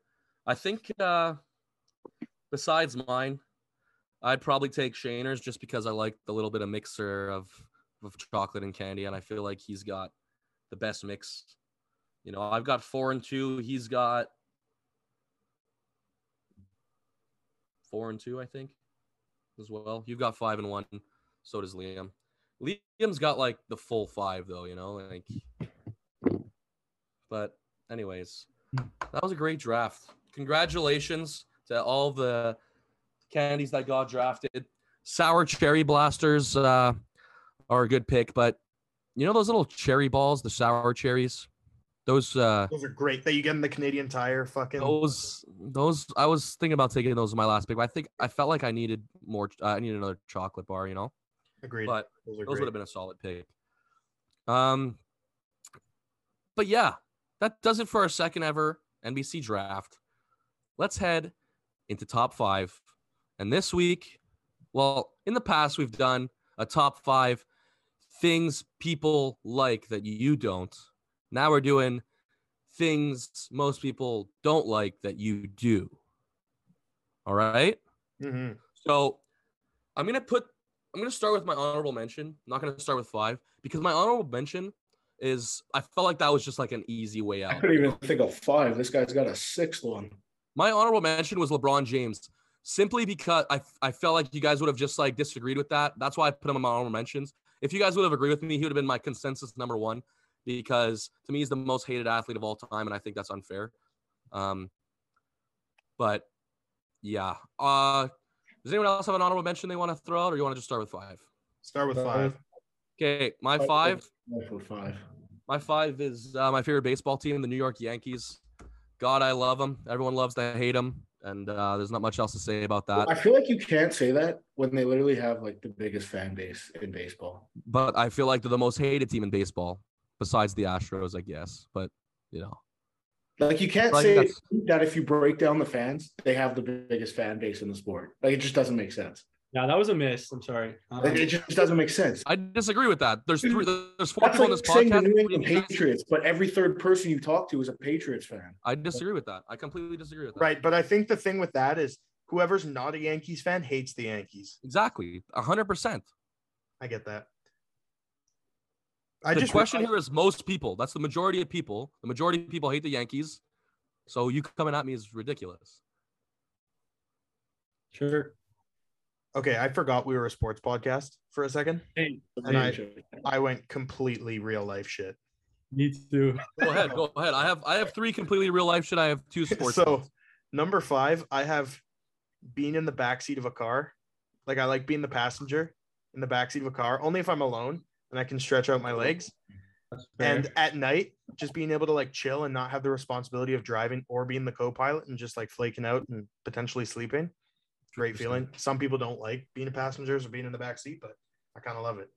I think uh besides mine, I'd probably take Shaner's just because I like the little bit of mixer of of chocolate and candy and I feel like he's got the best mix. You know, I've got 4 and 2, he's got 4 and 2, I think as well. You've got 5 and 1, so does Liam. Liam's got like the full 5 though, you know, like but anyways, that was a great draft. Congratulations to all the candies that got drafted. Sour cherry blasters uh, are a good pick, but you know those little cherry balls, the sour cherries, those uh,
Those are great that you get in the Canadian Tire. Fucking.
those those I was thinking about taking those in my last pick, but I think I felt like I needed more. Uh, I needed another chocolate bar, you know.
agreed.
But
those are
those
great.
would have been a solid pick. Um, but yeah, that does it for our second ever NBC draft. Let's head into top five. And this week, well, in the past, we've done a top five things people like that you don't. Now we're doing things most people don't like that you do. All right.
Mhm.
So I'm gonna put I'm gonna start with my honorable mention. I'm not gonna start with five because my honorable mention is I felt like that was just like an easy way
I [LAUGHS]
out.
couldn't even think of five. This guy's got a sixth one.
My honorable mention was LeBron James simply because I I felt like you guys would have just like disagreed with that. That's why I put him in my honorable mentions. If you guys would have agreed with me, he would have been my consensus number one because to me he's the most hated athlete of all time, and I think that's unfair. Um, but yeah. Uh, does anyone else have an honorable mention they want to throw out, or you want to just start with five?
Start with five.
Okay, my five,
For five.
my five is uh, my favorite baseball team, the New York Yankees. God, I love them. Everyone loves to hate them, and uh, there's not much else to say about
I
that.
feel like you can't say that when they literally have like the biggest fan base in baseball.
But I feel like they're the most hated team in baseball, besides the Astros, I guess. But you know,
Like you can't
Like
say
that's-
that if you break down the fans, they have the biggest fan base in the sport. Like it just doesn't make sense.
Yeah, that was a miss. I'm sorry. Um,
Like, it just doesn't make sense.
I disagree with that. There's three, there's four
That's
people on
like
this
saying the New England
podcast.
Patriots, but every third person you talk to is a Patriots fan.
I disagree with that. I completely disagree with that.
Right, but I think the thing with that is whoever's not a Yankees fan hates the Yankees.
Exactly. hundred percent.
I get that. I
The
just
question here is most people. That's the majority of people. The majority of people hate the Yankees. So you coming at me is ridiculous.
sure.
Okay, I forgot we were a sports podcast for a second.
Hey,
And I- I went completely real life shit.
me too.
go ahead go ahead i have i have three completely real life shit i have two sports
So-
ones.
Number five, I have being in the backseat of a car. Like I like being the passenger in the backseat of a car, only if I'm alone and I can stretch out my legs.
That's fair.
and at night just being able to like chill and not have the responsibility of driving or being the co-pilot and just like flaking out and potentially sleeping great feeling some people don't like being passengers or being in the back seat but i kind of love it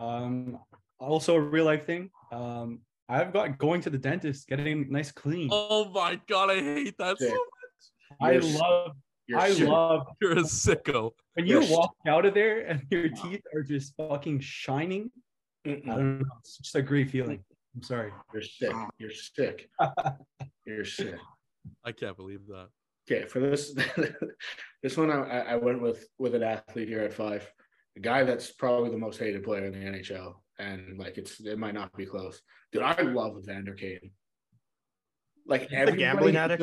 um, also a real life thing. Um, I've got going to the dentist, getting nice clean.
Oh my god, I hate that. so
Sick.
much.
I
You're-
love,
you're
I
shit.
love
You're a sicko.
when you
Yes.
walk out of there and your teeth are just fucking shining. I
Mm-mm.
don't know. It's just a great feeling. I'm sorry.
You're sick. You're sick. You're sick.
I can't believe that.
Okay, for this [LAUGHS] this one, I, I went with with an athlete here at five, a guy that's probably the most hated player in the NHL, and like it's it might not be close. Dude, I love Evander Kane. Like
a
every
gambling addict?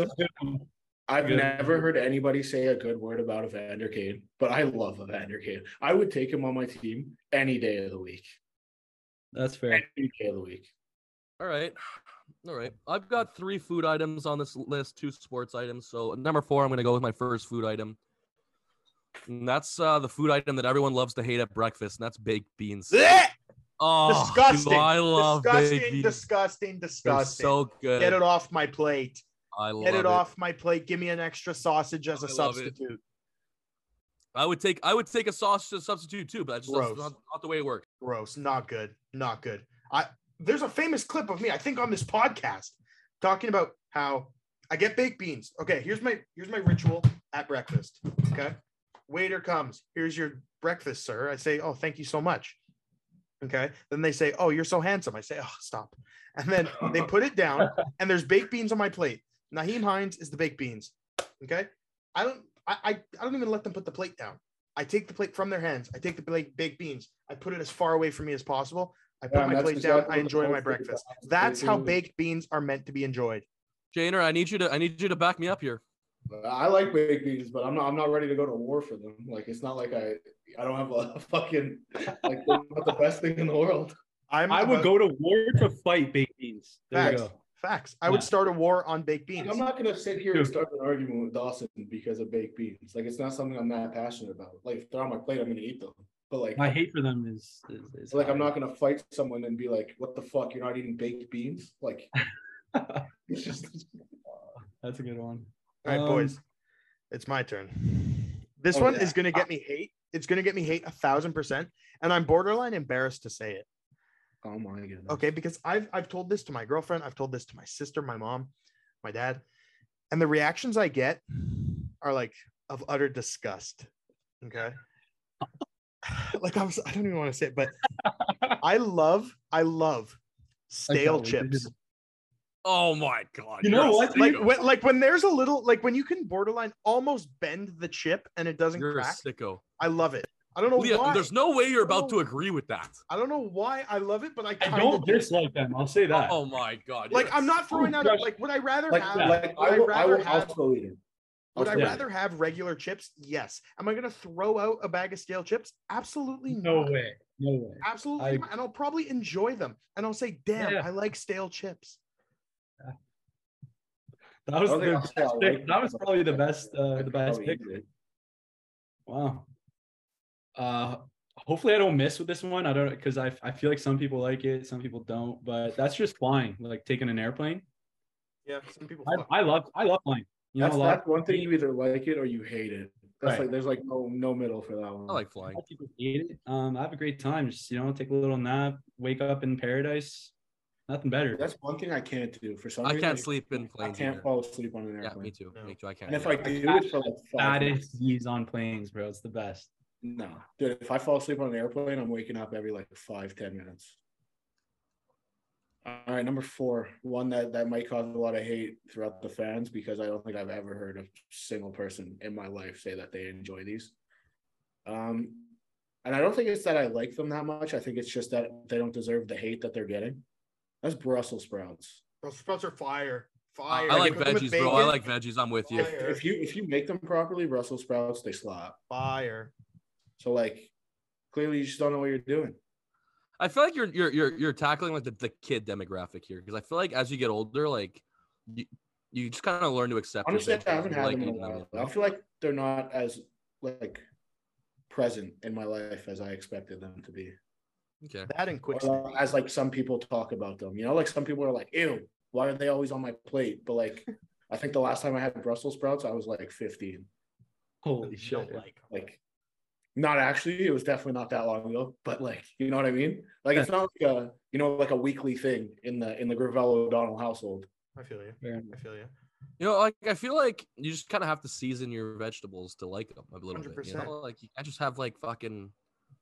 I've
Yeah.
never heard anybody say a good word about Evander Kane, but I love Evander Kane. I would take him on my team any day of the week.
That's fair.
Any day of the week.
All right. All right. I've got three food items on this list, two sports items. So number four, I'm gonna go with my first food item. And that's uh, the food item that everyone loves to hate at breakfast, and that's baked beans. Oh, dude,
Disgusting.
I [LAUGHS] love baked
disgusting
beans.
disgusting
They're
disgusting
so good.
get it off my plate
I love
get it off my plate give me an extra sausage as a
I love it.
substitute
I would take I would take a sausage substitute too, but that's just that's
Gross.
not, not the way it works.
gross not good not good i there's a famous clip of me i think on this podcast talking about how i get baked beans okay here's my here's my ritual at breakfast okay waiter comes here's your breakfast sir i say oh thank you so much okay then they say oh you're so handsome i say oh stop and then they put it down and there's baked beans on my plate naheem hines is the baked beans okay i don't i i, I don't even let them put the plate down I take the plate from their hands. I take the plate, baked beans. I put it as far away from me as possible. I put
Yeah,
my
Um, that's
plate down.
exactly
I
what
enjoy
the
my
whole
breakfast.
thing is.
That's how
Dude.
baked beans are meant to be enjoyed.
Janer, I need you to I need you to back me up here.
I like baked beans, but I'm not. I'm not ready to go to war for them. Like it's not like I. I don't have a [LAUGHS] fucking like they're not the best thing in the world.
I'm
I would
about-
go to war to fight baked beans. There you
Facts.
go.
Facts. I would
Yeah.
start a war on baked
Like,
beans.
I'm not gonna sit here and start an argument with Dawson because of baked beans. Like it's not something I'm that passionate about. Like if they're on my plate, I'm gonna eat them. But like,
My hate for them is, is, is
like I'm
high.
not gonna fight someone and be like, "What the fuck? You're not eating baked beans?" Like [LAUGHS] it's just
That's a good one.
All right,
Um,
boys. It's my turn. This
Oh,
one
yeah.
is gonna
Uh,
get me hate. It's gonna get me hate a thousand percent. And I'm borderline embarrassed to say it.
oh my god.
Okay, because I've I've told this to my girlfriend, I've told this to my sister, my mom, my dad, and the reactions I get are like of utter disgust. Okay. [LAUGHS] like I'm s- I don't even want to say it,
[LAUGHS]
but I love, I love stale
Like that one.
chips.
Oh my god.
You
you're
know
a
what, dude?
Like
sicko.
when like when there's a little like when you can borderline almost bend the chip and it doesn't
You're a
crack.
sicko.
I love it. I don't know
Liam,
why.
there's no way you're about
No.
Oh.
to agree with that.
I don't know why I love it, but I
Um, I
kind
don't
of do.
dislike them. I'll say that.
Oh my god.
[LAUGHS] like
you're a
I'm not throwing out
Fresh.
like would I rather
Like,
have
like
would
I
I
will, I
rather
will
have-
also eat it.
Would I
Yeah.
rather have regular chips? Yes. Am I going to throw out a bag of stale chips? Absolutely
no
not.
way. No way.
Absolutely
I-
not. And I'll probably enjoy them. And I'll say, damn,
Yeah.
I like stale chips.
That was
I don't think
the
I'll say I
best
like
pick. That was
them.
probably the best uh,
I'd
the best
probably
pick.
eat it.
Wow. Uh hopefully I don't miss with this one. I don't because I I feel like some people like it, some people don't, but that's just flying, like taking an airplane.
Yeah. Some people.
I, I love I love flying. You know,
That's,
a lot
that's one thing. You either like it or you hate it. That's
Right.
like there's like no no middle for that one.
I like flying.
of people hate it. Um I have a great time. Just you know, take a little nap, wake up in paradise. Nothing better.
That's one thing I can't do for some
I
reason.
can't
like,
sleep in
I
planes.
can't
either.
fall asleep on an
Yeah,
airplane.
me too.
No.
Me too. I can't.
and if
do
I
that.
do, it's for like five. minutes.
Baddest views on planes, bro. It's the best.
No, dude. If I fall asleep on an airplane, I'm waking up every like five ten minutes. All right, number four, one that that might cause a lot of hate throughout the fans because I don't think I've ever heard a single person in my life say that they enjoy these. Um, and I don't think it's that I like them that much. I think it's just that they don't deserve the hate that they're getting. That's Brussels sprouts.
Bro, sprouts are fire.
I,
Fire.
I like
With- with
veggies, bro. I
bacon,
like veggies. I'm with you.
Fire.
If you if you make them properly, Brussels sprouts they slap.
fire.
So like, clearly you just don't know what you're doing.
I feel like you're you're you're, you're tackling like the, the kid demographic here because I feel like as you get older, like you, you just kind of learn to accept. your
Honestly, I
veggies
haven't
and
had
like
them in a
eating them,
while.
you
I
know?
feel like they're not as like present in my life as I expected them to be.
Okay.
That and quick.
Or, uh, as like some people talk about them. You know, like some people are like, ew, why are they always on my plate? But like, I think the last time I had Brussels sprouts, I was like 15.
Holy shit!
Like,
Like, not actually, it was definitely not that long ago, but like, you know what I mean? Like, it's not like a, you know, like a weekly thing in the, in the Gravello O'Donnell household.
I feel you.
Fair
I feel you.
You know, like I feel like you just kind of have to season your vegetables to like them a little bit. You
100%.
know, like you can't just have like fucking.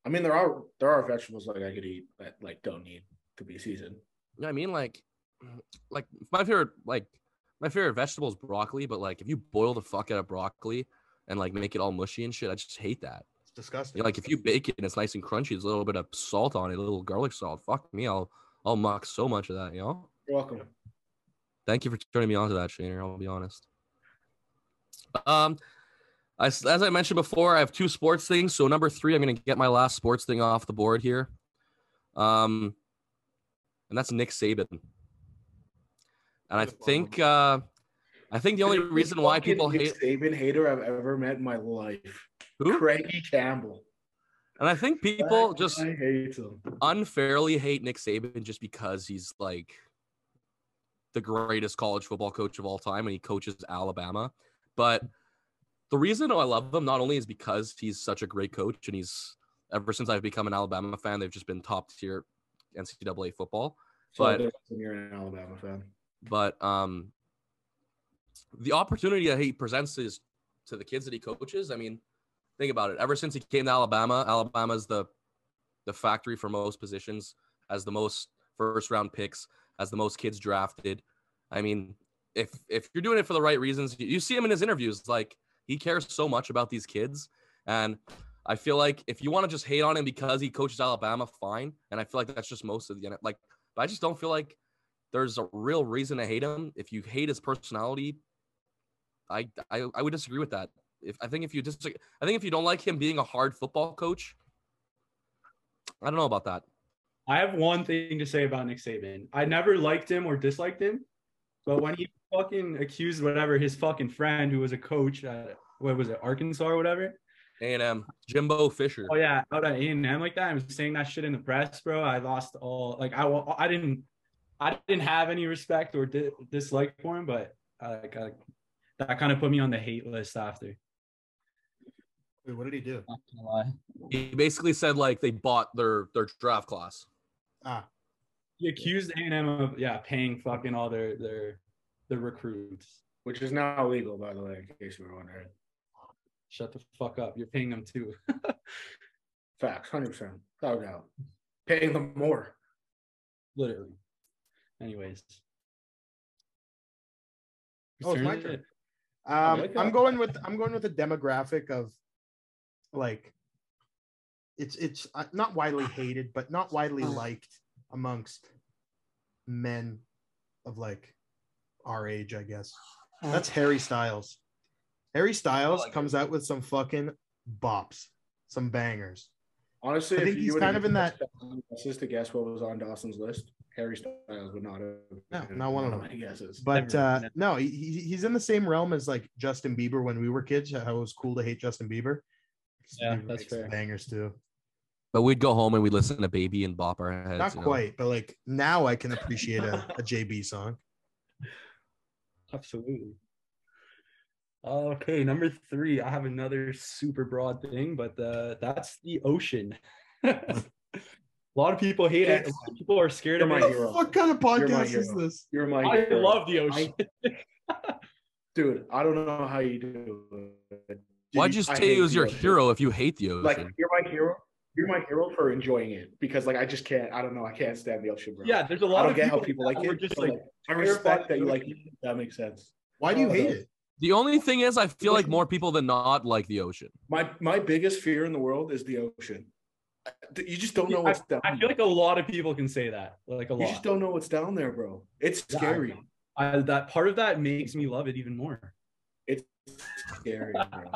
I mean, there are, there are vegetables like I could eat that like don't need to be seasoned.
You know what I mean? Like, like my favorite, like my favorite vegetable is broccoli. But like, if you boil the fuck out of broccoli and like make it all mushy and shit, I just hate that.
It's disgusting.
You know, like if you bake it and it's nice and crunchy, there's a little bit of salt on it, a little garlic salt. Fuck me, I'll I'll mock so much of that. You know.
You're welcome.
Thank you for turning me on to that, Shaner. I'll be honest. Um, I, as I mentioned before, I have two sports things. So number three, I'm going to get my last sports thing off the board here. Um, and that's Nick Saban. And I think uh, I think the only reason why people hate
Saban hater I've ever met in my life,
who,
Craigie Campbell.
and I think people just
I hate him.
unfairly hate Nick Saban just because he's like the greatest college football coach of all time and he coaches Alabama. But the reason I love him not only is because he's such a great coach and he's ever since I've become an Alabama fan, they've just been top tier NCAA football But-
so you're an Alabama fan.
but um the opportunity that he presents is to the kids that he coaches i mean think about it ever since he came to alabama alabama's the the factory for most positions has the most first round picks has the most kids drafted i mean if if you're doing it for the right reasons you, you see him in his interviews like he cares so much about these kids and i feel like if you want to just hate on him because he coaches alabama fine and i feel like that's just most of the like but i just don't feel like there's a real reason to hate him. If you hate his personality, I I, I would disagree with that. If I think if you disagree, I think if you don't like him being a hard football coach, I don't know about that.
I have one thing to say about Nick Saban. I never liked him or disliked him, but when he fucking accused whatever his fucking friend who was a coach at what was it Arkansas or whatever.
A and M, Jimbo Fisher.
Oh yeah, out at A and M like that. I was saying that shit in the press, bro. I lost all like I wa- I didn't I didn't have any respect or di- dislike for him, but I, like I, that kind of put me on the hate list after.
Wait, what did he do?
Not gonna lie.
He basically said like they bought their their draft class.
Ah,
He accused A and M of yeah paying fucking all their their their recruits.
Which is now illegal, by the way, in case you were wondering.
Shut the fuck up. You're paying them too.
Facts, hundred percent, without a doubt. Paying them more.
literally. Anyways.
Oh, it's my
Turn
turn.
it.
Um,
like
I'm
that.
going with I'm going with a demographic of like it's it's uh, not widely hated, but not widely
Uh.
liked amongst men of like our age, I guess.
Uh.
That's Harry Styles. Harry Styles
like
comes out with some fucking bops, some bangers.
Honestly,
I think
if you
he's
would've
kind of in that-
given us guesses to guess what was on Dawson's list, Harry Styles would not have.
No, not one of them.
Any guesses?
But
Never
uh,
mind.
no, he, he- he's in the same realm as like Justin Bieber when we were kids. How it was cool to hate Justin Bieber. Justin
Yeah,
Bieber
that's
makes some
fair.
Bangers too.
But we'd go home and we'd listen to Baby and bop our heads.
Not
you know?
quite, but like now I can appreciate a, a JB song.
Absolutely. Okay, number three. I have another super broad thing, but uh, that's the ocean. [LAUGHS] a lot of people hate it. A lot of people are scared of
[LAUGHS] You're
it.
my hero.
What kind of
You're
podcast
my
is
hero.
this?
You're my.
I
hero.
love the ocean.
dude. I don't know how you do. it.
Why'd you
I
say he
hate
was your
you.
hero if you hate the ocean?
Like you're my hero. You're my hero for enjoying it because like I just can't. I don't know. I can't stand the ocean, bro.
[LAUGHS] yeah, there's a
I
lot
don't
of
get
people,
how people like
who are
it.
Just
but,
like
like I respect
terrified
that you
of
like.
the
it. That makes sense.
Why do you
Oh,
hate
no.
it?
the only thing is, I feel like more people than not like the ocean.
My my biggest fear in the world is the ocean. You just don't know
Yeah,
what's down.
I feel like a lot of people can say that. Like a
you just
lot.
don't know what's down there, bro. It's
Yeah, I
scary.
know. I, that part of that makes me love it
[LAUGHS]
even more. [LAUGHS]
It's scary, bro.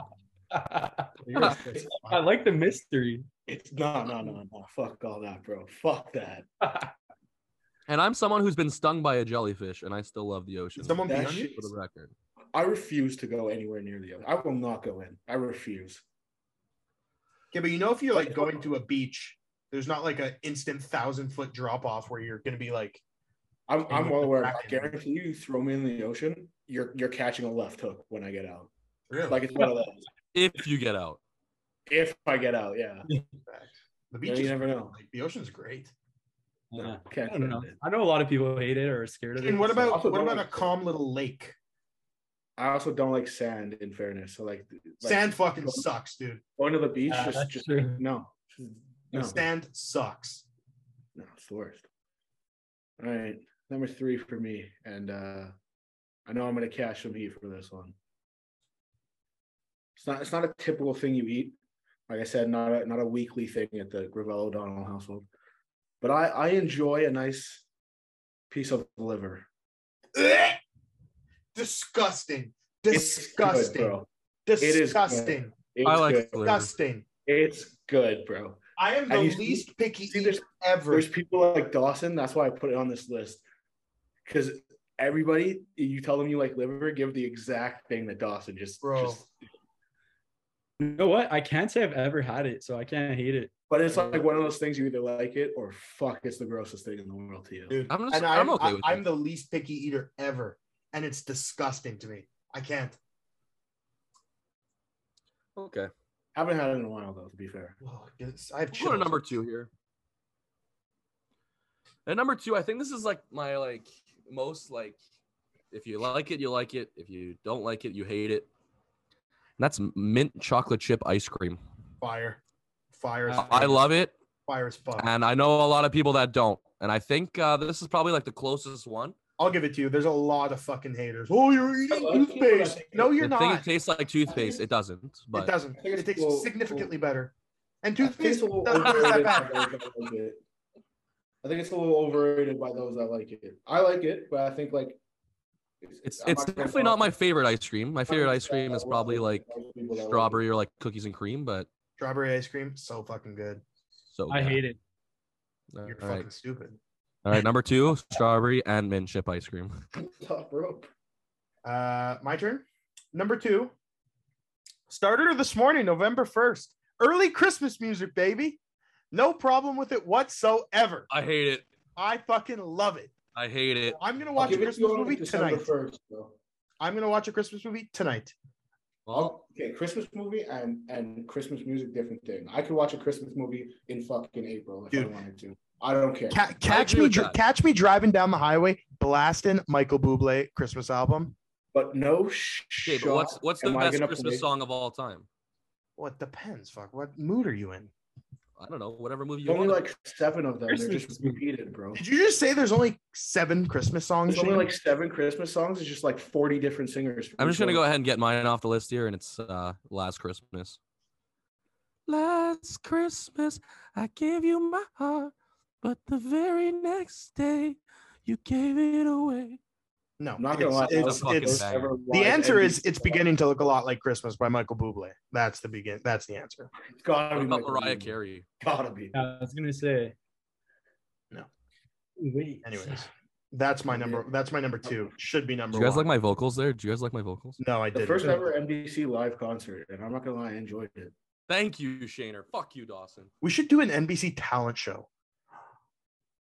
I
You're a sick fuck.
like the mystery.
It's no, no, no, no. Fuck all that, bro. Fuck that.
[LAUGHS] And I'm someone who's been stung by a jellyfish, and I still love the ocean.
Did someone
That
behind you?
shit-
for the record.
I refuse to go anywhere near the ocean. I will not go in. I refuse.
Okay, but you know if you're like going to a beach There's not like an instant thousand foot drop off where you're going to be like,
I'm,
And
I'm
with
well
the
aware. I
back end.
guarantee you, throw me in the ocean, you're you're catching a left hook when I get
[LAUGHS]
out.
really?
Like it's one of those.
If you get out,
If I get out, yeah.
the
You,
beach
know,
is
you never know.
like, the ocean's great.
[LAUGHS] Yeah.
Can't
I don't know. I know a lot of people hate it or are scared of it.
And what
so-
about
also
what
don't
about a
like-
calm little lake?
I also don't like sand. In fairness, so like, th- like
Sand fucking sucks, dude.
going to the beach,
Yeah,
just
Uh, that's
just
true.
no, no,
Sand sucks.
no, it's the worst. All right, number three for me, and uh I know I'm gonna catch some heat for this one. It's not it's not a typical thing you eat. Like I said, not a, not a weekly thing at the Gravel O'Donnell household, but I I enjoy a nice piece of liver.
Ugh! [LAUGHS] Disgusting.
It's good,
Disgusting.
bro. is good.
Disgusting.
It's
I like
good.
the liver.
Disgusting.
It's good, bro.
I am the
And you see-
least picky
See,
eater
there's
ever.
There's people like Dawson. That's why I put it on this list. Because everybody, you tell them you like liver, give the exact thing that Dawson just.
Bro.
just-
You know what? I can't say I've ever had it, so I can't hate it.
but it's like one of those things you either like it or fuck, it's the grossest thing in the world to you.
Dude,
I'm just-
and
I'm
I'm,
okay
I-
with
I'm
it.
the least picky eater ever, and it's disgusting to me. I can't.
okay.
Haven't had it in a while though, to be fair.
Oh, it's- I
We'll
have
go
chills.
to number two here. At number two, I think this is like my like most like if you like it, you like it. If you don't like it, you hate it. And that's mint chocolate chip ice cream.
Fire, fire, is
Uh,
I Uh, love it,
fire as fuck.
and I know a lot of people that don't. And I think uh, this is probably like the closest one.
I'll give it to you. There's a lot of fucking haters. Oh, you're eating
lot of people that
toothpaste.
think
No, you're
You the thing
not.
it tastes like toothpaste. It doesn't,
It
but
doesn't.
I think
It
it's
tastes
cool-
significantly better. And
I think it's
toothpaste
a little
doesn't taste that
overrated by
bad.
those that like it. I think it's a little overrated by those that like it. I like it, but I think like
it's
I'm
it's
gonna
definitely
follow-
not my favorite ice cream. My favorite ice cream is probably like
People that like it.
strawberry or like cookies and cream, but
Strawberry ice cream, so fucking good.
so
I
good.
hate it.
All
You're
right.
fucking stupid.
All right, number two, strawberry and mint chip ice cream. [LAUGHS]
Top rope.
Uh, my turn. Number two. Started this morning, November 1st. Early Christmas music, baby. No problem with it whatsoever.
I hate it.
I fucking love it.
I hate it.
I'm gonna watch a Christmas movie tonight.
First, bro.
I'm gonna watch a Christmas movie tonight.
Well,
Okay, Christmas movie and and Christmas music, different thing. I could watch a Christmas movie in fucking April if I
Dude.
wanted to. I don't care.
Ca- catch
agree
me,
with
dri-
that.
catch me driving down the highway, blasting Michael Bublé Christmas album.
but no sh-
okay, but
shot
what's what's the
am I
best
gonna
Christmas
play.
song of all time?
Well, it depends. Fuck, what mood are you in?
I don't know. Whatever movie you
There's only
want.
like seven of them. They're
Christmas
just
movie.
repeated, bro.
Did you just say there's only seven Christmas songs?
There's only
Shane?
like seven Christmas songs. It's just like forty different singers.
I'm just gonna go ahead and get mine off the list here, and it's uh Last Christmas. Last Christmas, I gave you my heart, but the very next day, you gave it away.
no,
I'm not gonna lie.
it's- it's-
That's a fucking
it's-
bad.
the answer is it's beginning to look a lot like Christmas by Michael Bublé. That's the begin. That's the answer.
It's gotta
What
be
about
Michael
Mariah
Bublé.
Carey?
Gotta be.
Yeah, I was gonna say.
No.
Wait.
Anyways, that's my number. That's my number two. Should be
Do
number.
you guys
one.
like my vocals there? Do you guys like my vocals?
No, I
The
didn't.
first ever NBC live concert, and I'm not gonna lie, I enjoyed it.
Thank you, Shaner. Fuck you, Dawson.
We should do an NBC talent show,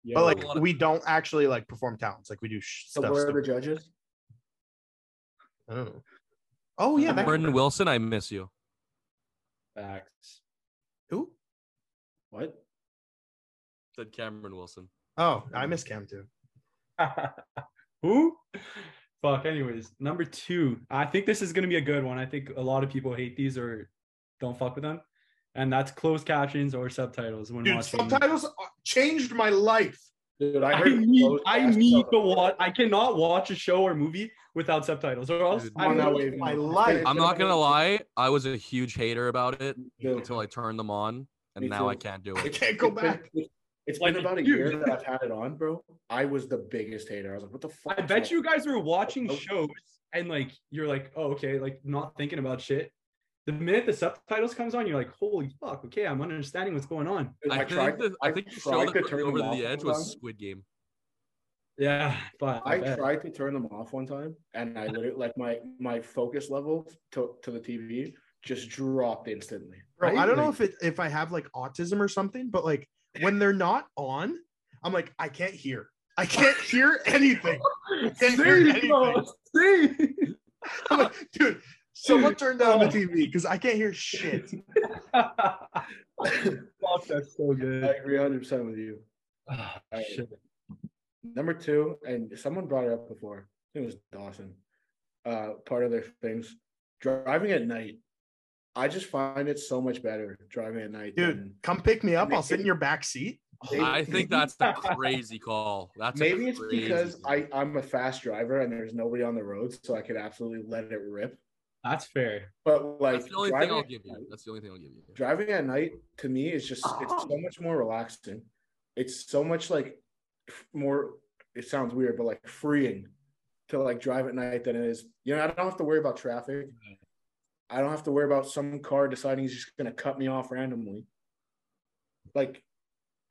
Yeah,
but
a
like
lot of-
we don't actually like perform talents. Like we do sh-
so
stuff.
where are the
stupid.
judges?
I don't know. Oh yeah, that,
Brendan Wilson, I miss you.
Facts. [LAUGHS]
who?
What?
Said Cameron Wilson.
Oh, I miss Cam too.
Who? Fuck. Anyways, number two. I think this is gonna be a good one. I think a lot of people hate these or don't fuck with them, and that's closed captions or subtitles when
Dude,
watching.
subtitles are- changed my life.
Dude,
I,
I heard.
need.
closed
I
captions
need
on
to
the-
watch. I cannot watch a show or movie without subtitles, or else
Dude,
I
on
will-
that wave.
My
man.
life.
I'm not gonna lie, I was a huge hater about it
Dude,
until I turned them on, and
Me
now I
too.
can't do
I
it.
can't
[LAUGHS]
go back.
It's been
Like,
about a
dude.
year that I've had it on, bro. I was the biggest hater. I was like, what the fuck?
I
is
bet you
wrong?
guys were watching
Oh.
shows and like you're like, oh, okay, like not thinking about shit. The minute the subtitles comes on, you're like, holy fuck, okay, I'm understanding what's going on.
Dude,
I, think
tried-
the, I think the show that
tried to
put me
turn
over
them
the
off
edge
one
was
time.
Squid Game.
Yeah, but I,
I
bet.
tried to turn them off one time, and I literally like my my focus level to, to the TV just dropped instantly.
Bro,
Right?
I don't know
Like-
if it if I have like autism or something, but like when they're not on, I'm like, I can't hear. I can't hear anything. Can't hear anything.
see?
I'm like, dude, someone turned down the TV because I can't hear shit.
[LAUGHS] Fuck, that's so
I
good.
agree 100 percent with you.
Ah, [SIGHS] shit.
Number two, and someone brought it up before. I think it was Dawson. Uh, part of their things, driving at night. I just find it so much better driving at night.
Dude,
than-
come pick me up. I'll sit in your back seat.
I think that's
[LAUGHS]
a crazy call. That's a
Maybe it's
crazy
because
call.
I, I'm a fast driver and there's nobody on the road, so I could absolutely let it rip.
That's fair.
But like
That's the only thing
driving
I'll
at
give you.
night-
That's the only thing I'll give you.
driving at night to me is just it's so much more relaxing. It's so much like f- more. It sounds weird, but like freeing to like drive at night than it is. You know, I don't have to worry about traffic. I don't have to worry about some car deciding he's just gonna cut me off randomly. Like,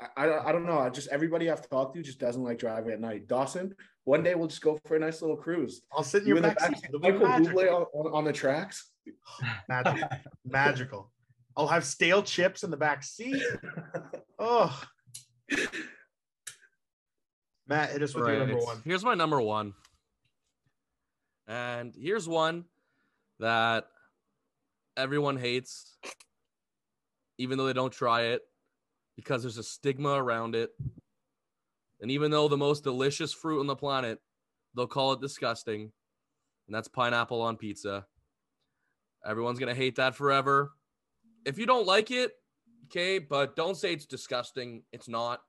I I don't, I don't know. I just everybody I've talked to just doesn't like driving at night. Dawson, one day we'll just go for a nice little cruise.
I'll sit in
You
your
in the
back
back,
seat. It'll be
Michael Bublé
magical.
on, on, on the tracks.
Magical. magical. I'll have stale chips in the back seat. Oh. Matt, hit us with your number
Right.
one.
Here's my number one. And here's one that everyone hates, even though they don't try it, because there's a stigma around it. And even though the most delicious fruit on the planet, they'll call it disgusting. And that's pineapple on pizza. Everyone's going to hate that forever. If you don't like it, okay, but don't say it's disgusting. It's not.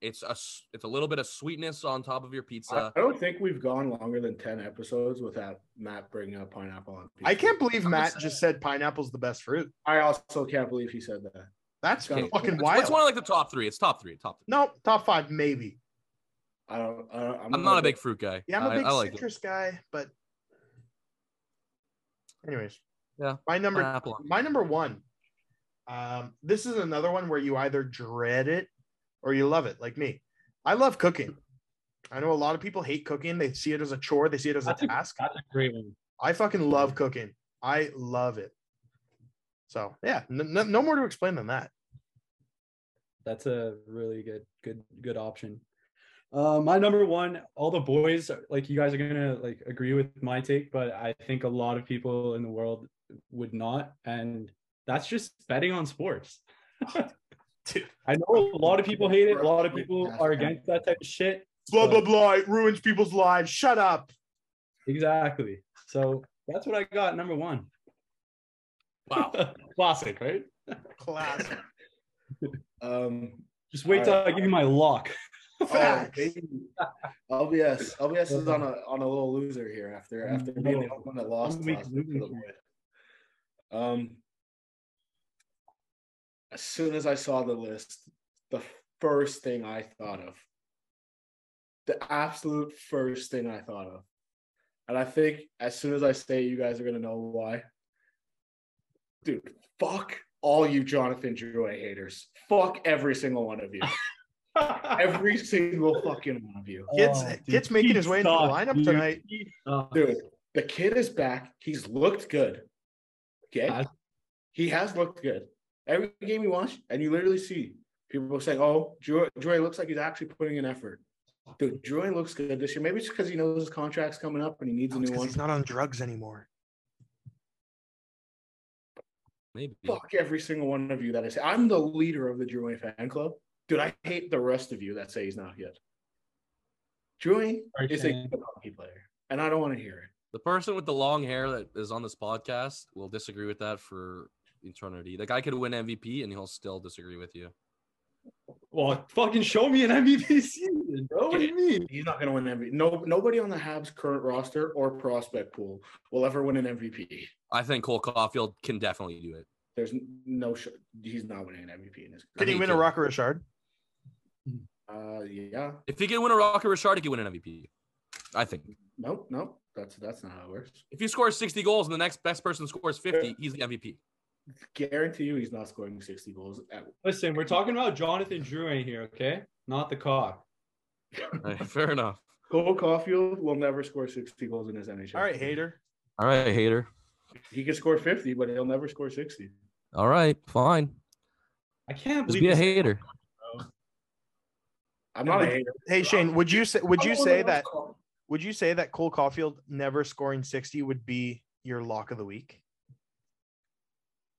It's a s- it's a little bit of sweetness on top of your
I
pizza.
I don't think we've gone longer than 10 episodes without Matt bringing up pineapple on pizza.
I can't believe
I'm
Matt
excited.
just said pineapple's the best fruit.
I also can't believe he said that.
That's
Okay.
fucking
It's,
wild.
it's one of like the top three. It's top three. Top three.
no, top five, maybe.
I don't, I don't
I'm not a big fruit guy.
Yeah, I'm a
I-
big
I like it.
citrus guy, but anyways.
Yeah, Uh,
My number
Pineapple on-
my number one. Um, this is another one where you either dread it or you love it, like me. I love cooking. I know a lot of people hate cooking. They see it as a chore. They see it as a
That's a-
task.
That's a great one.
I fucking love cooking. I love it. So yeah, n- n- no more to explain than that.
That's a really good, good, good option. Uh, my number one, all the boys, like you guys are gonna like agree with my take, but I think a lot of people in the world would not, and that's just betting on sports. [LAUGHS]
Dude.
I know a lot of people hate it. A lot of people are against that type of shit.
Blah blah blah. It ruins people's lives. Shut up.
Exactly. So that's what I got. Number one. [LAUGHS]
Wow.
Classic, right?
[LAUGHS] Class.
Um,
Just wait till I give you my lock. [LAUGHS]
oh,
Facts.
baby. LBS. LBS is on a on a little loser here after after being the
No.
one that lost.
I'm weak-
last week for the boys. Um, as soon as I saw the list, the first thing I thought of, the absolute first thing I thought of, and I think as soon as I say, it, you guys are gonna know why. Dude, fuck all you Jonathan Drouet haters. Fuck every single one of you. Every single fucking one of you.
Kids-
Oh, dude,
kids making
he
his way into the
sucks,
lineup
dude.
tonight.
He sucks.
Dude, the kid is back. He's looked good. Okay.
Has-
he has looked good. Every game you watch, and you literally see people saying, Oh, Drew, Drew looks like he's actually putting in effort. Dude, Drew looks good this year. Maybe it's because he knows his contract's coming up and he needs a
No, it's
new
'cause
one.
he's not on drugs anymore.
Maybe.
Fuck every single one of you that is. I'm the leader of the Drew fan club. Dude, I hate the rest of you that say he's not good. Drew
Sorry,
is a
Shane.
good hockey player, and I don't want to hear it.
The person with the long hair that is on this podcast will disagree with that for eternity. The guy could win MVP and he'll still disagree with you.
Well, fucking show me an MVP season, bro. What do you mean?
He's not going to win MVP. No, nobody on the Habs' current roster or prospect pool will ever win an MVP.
I think Cole Caulfield can definitely do it.
There's n- no. Sh- he's not winning an MVP in his.
Can
he
he
career.
win a
can.
Rocker Richard?
Uh, yeah.
If he can win a Rocket Richard, he can win an MVP. I think.
Nope. Nope. That's that's not how it works.
If he scores 60 goals and the next best person scores 50, he's the MVP.
Guarantee you, he's not scoring sixty goals. At-
Listen, we're talking about Jonathan Drouin here, okay? Not the cock.
Alright, fair enough.
Cole Caulfield will never score sixty goals in his NHL.
All right, hater.
All right, hater.
He could score fifty, but he'll never score sixty.
All right, fine.
I can't
Just
believe
be a
this-
hater.
I'm not a hater.
Hey Shane, would you say would you
Oh,
I'm the one
say
loves
that
Col-
would you say that Cole Caulfield never scoring 60 would be your lock of the week?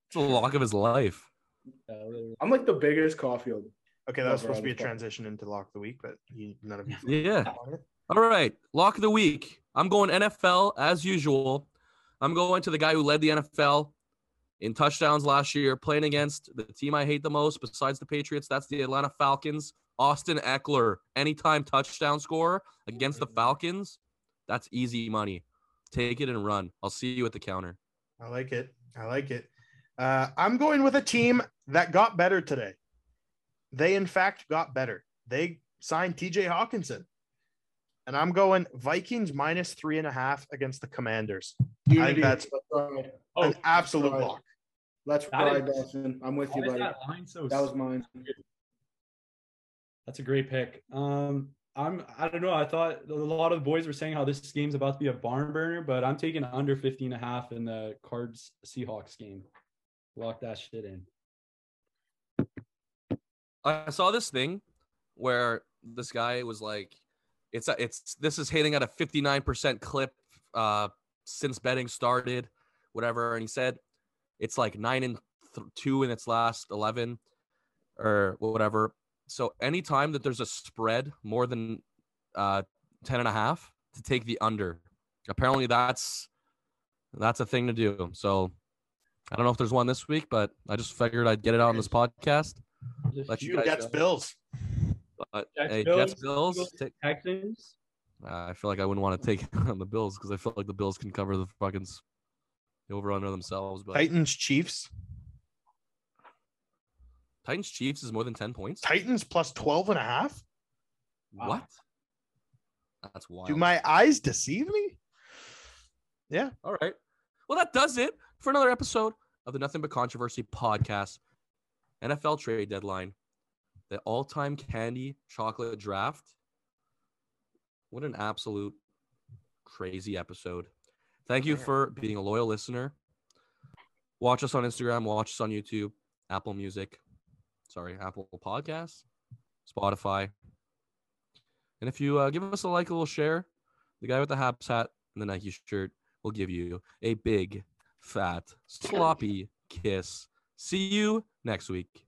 It's the lock of his life.
Yeah, really.
I'm like the biggest Caulfield.
Okay, that
No,
was
bro,
supposed to be a
I'm fucking-
transition into lock of the week, but you, none of you
Yeah.
on it.
All right, lock of the week. I'm going NFL as usual. I'm going to the guy who led the NFL in touchdowns last year, playing against the team I hate the most besides the Patriots. That's the Atlanta Falcons. Austin Eckler, anytime touchdown scorer against the Falcons. That's easy money. Take it and run. I'll see you at the counter.
I like it. I like it. Uh, I'm going with a team that got better today. They, in fact, got better. They signed TJ Hawkinson. And I'm going Vikings minus three and a half against the Commanders. I think
Unity.
that's
Let's ride.
Oh,
an absolute
right.
lock.
Let's
That
ride,
is-
Dawson. I'm with
why
you,
is
buddy.
that line so
That was mine.
That's a great pick. Um, I'm I don't know. I thought a lot of the boys were saying how this game's about to be a barn burner, but I'm taking under 15 and a half in the Cards Seahawks game. Lock that shit in.
I saw this thing where this guy was like, "It's a, it's this is hitting at a 59% clip uh, since betting started, whatever." And he said, "It's like nine and th- two in its last 11, or whatever." So anytime that there's a spread more than uh, 10 and a half to take the under, apparently that's that's a thing to do. So I don't know if there's one this week, but I just figured I'd get it out on this podcast. Let you
You
guys
Jets
know.
Bills.
But
Jets,
hey,
Bills,
Jets Bills.
Eagles.
Take,
Texans.
uh, I feel like I wouldn't want to take [LAUGHS] on the Bills because I feel like the Bills can cover the fucking s- the over under themselves. But
Titans, Chiefs.
Titans Chiefs is more than ten points.
Titans plus 12 and a half.
Wow.
What? That's wild.
Do my eyes deceive me?
All right. Well, that does it for another episode of the Nothing But Controversy podcast. NFL trade deadline, the all time candy chocolate draft. What an absolute crazy episode. Thank you for being a loyal listener. Watch us on Instagram, watch us on YouTube, Apple Music, sorry, Apple Podcasts, Spotify. And if you uh, give us a like, a little share, the guy with the Habs hat and the Nike shirt will give you a big, fat, sloppy kiss. See you next week.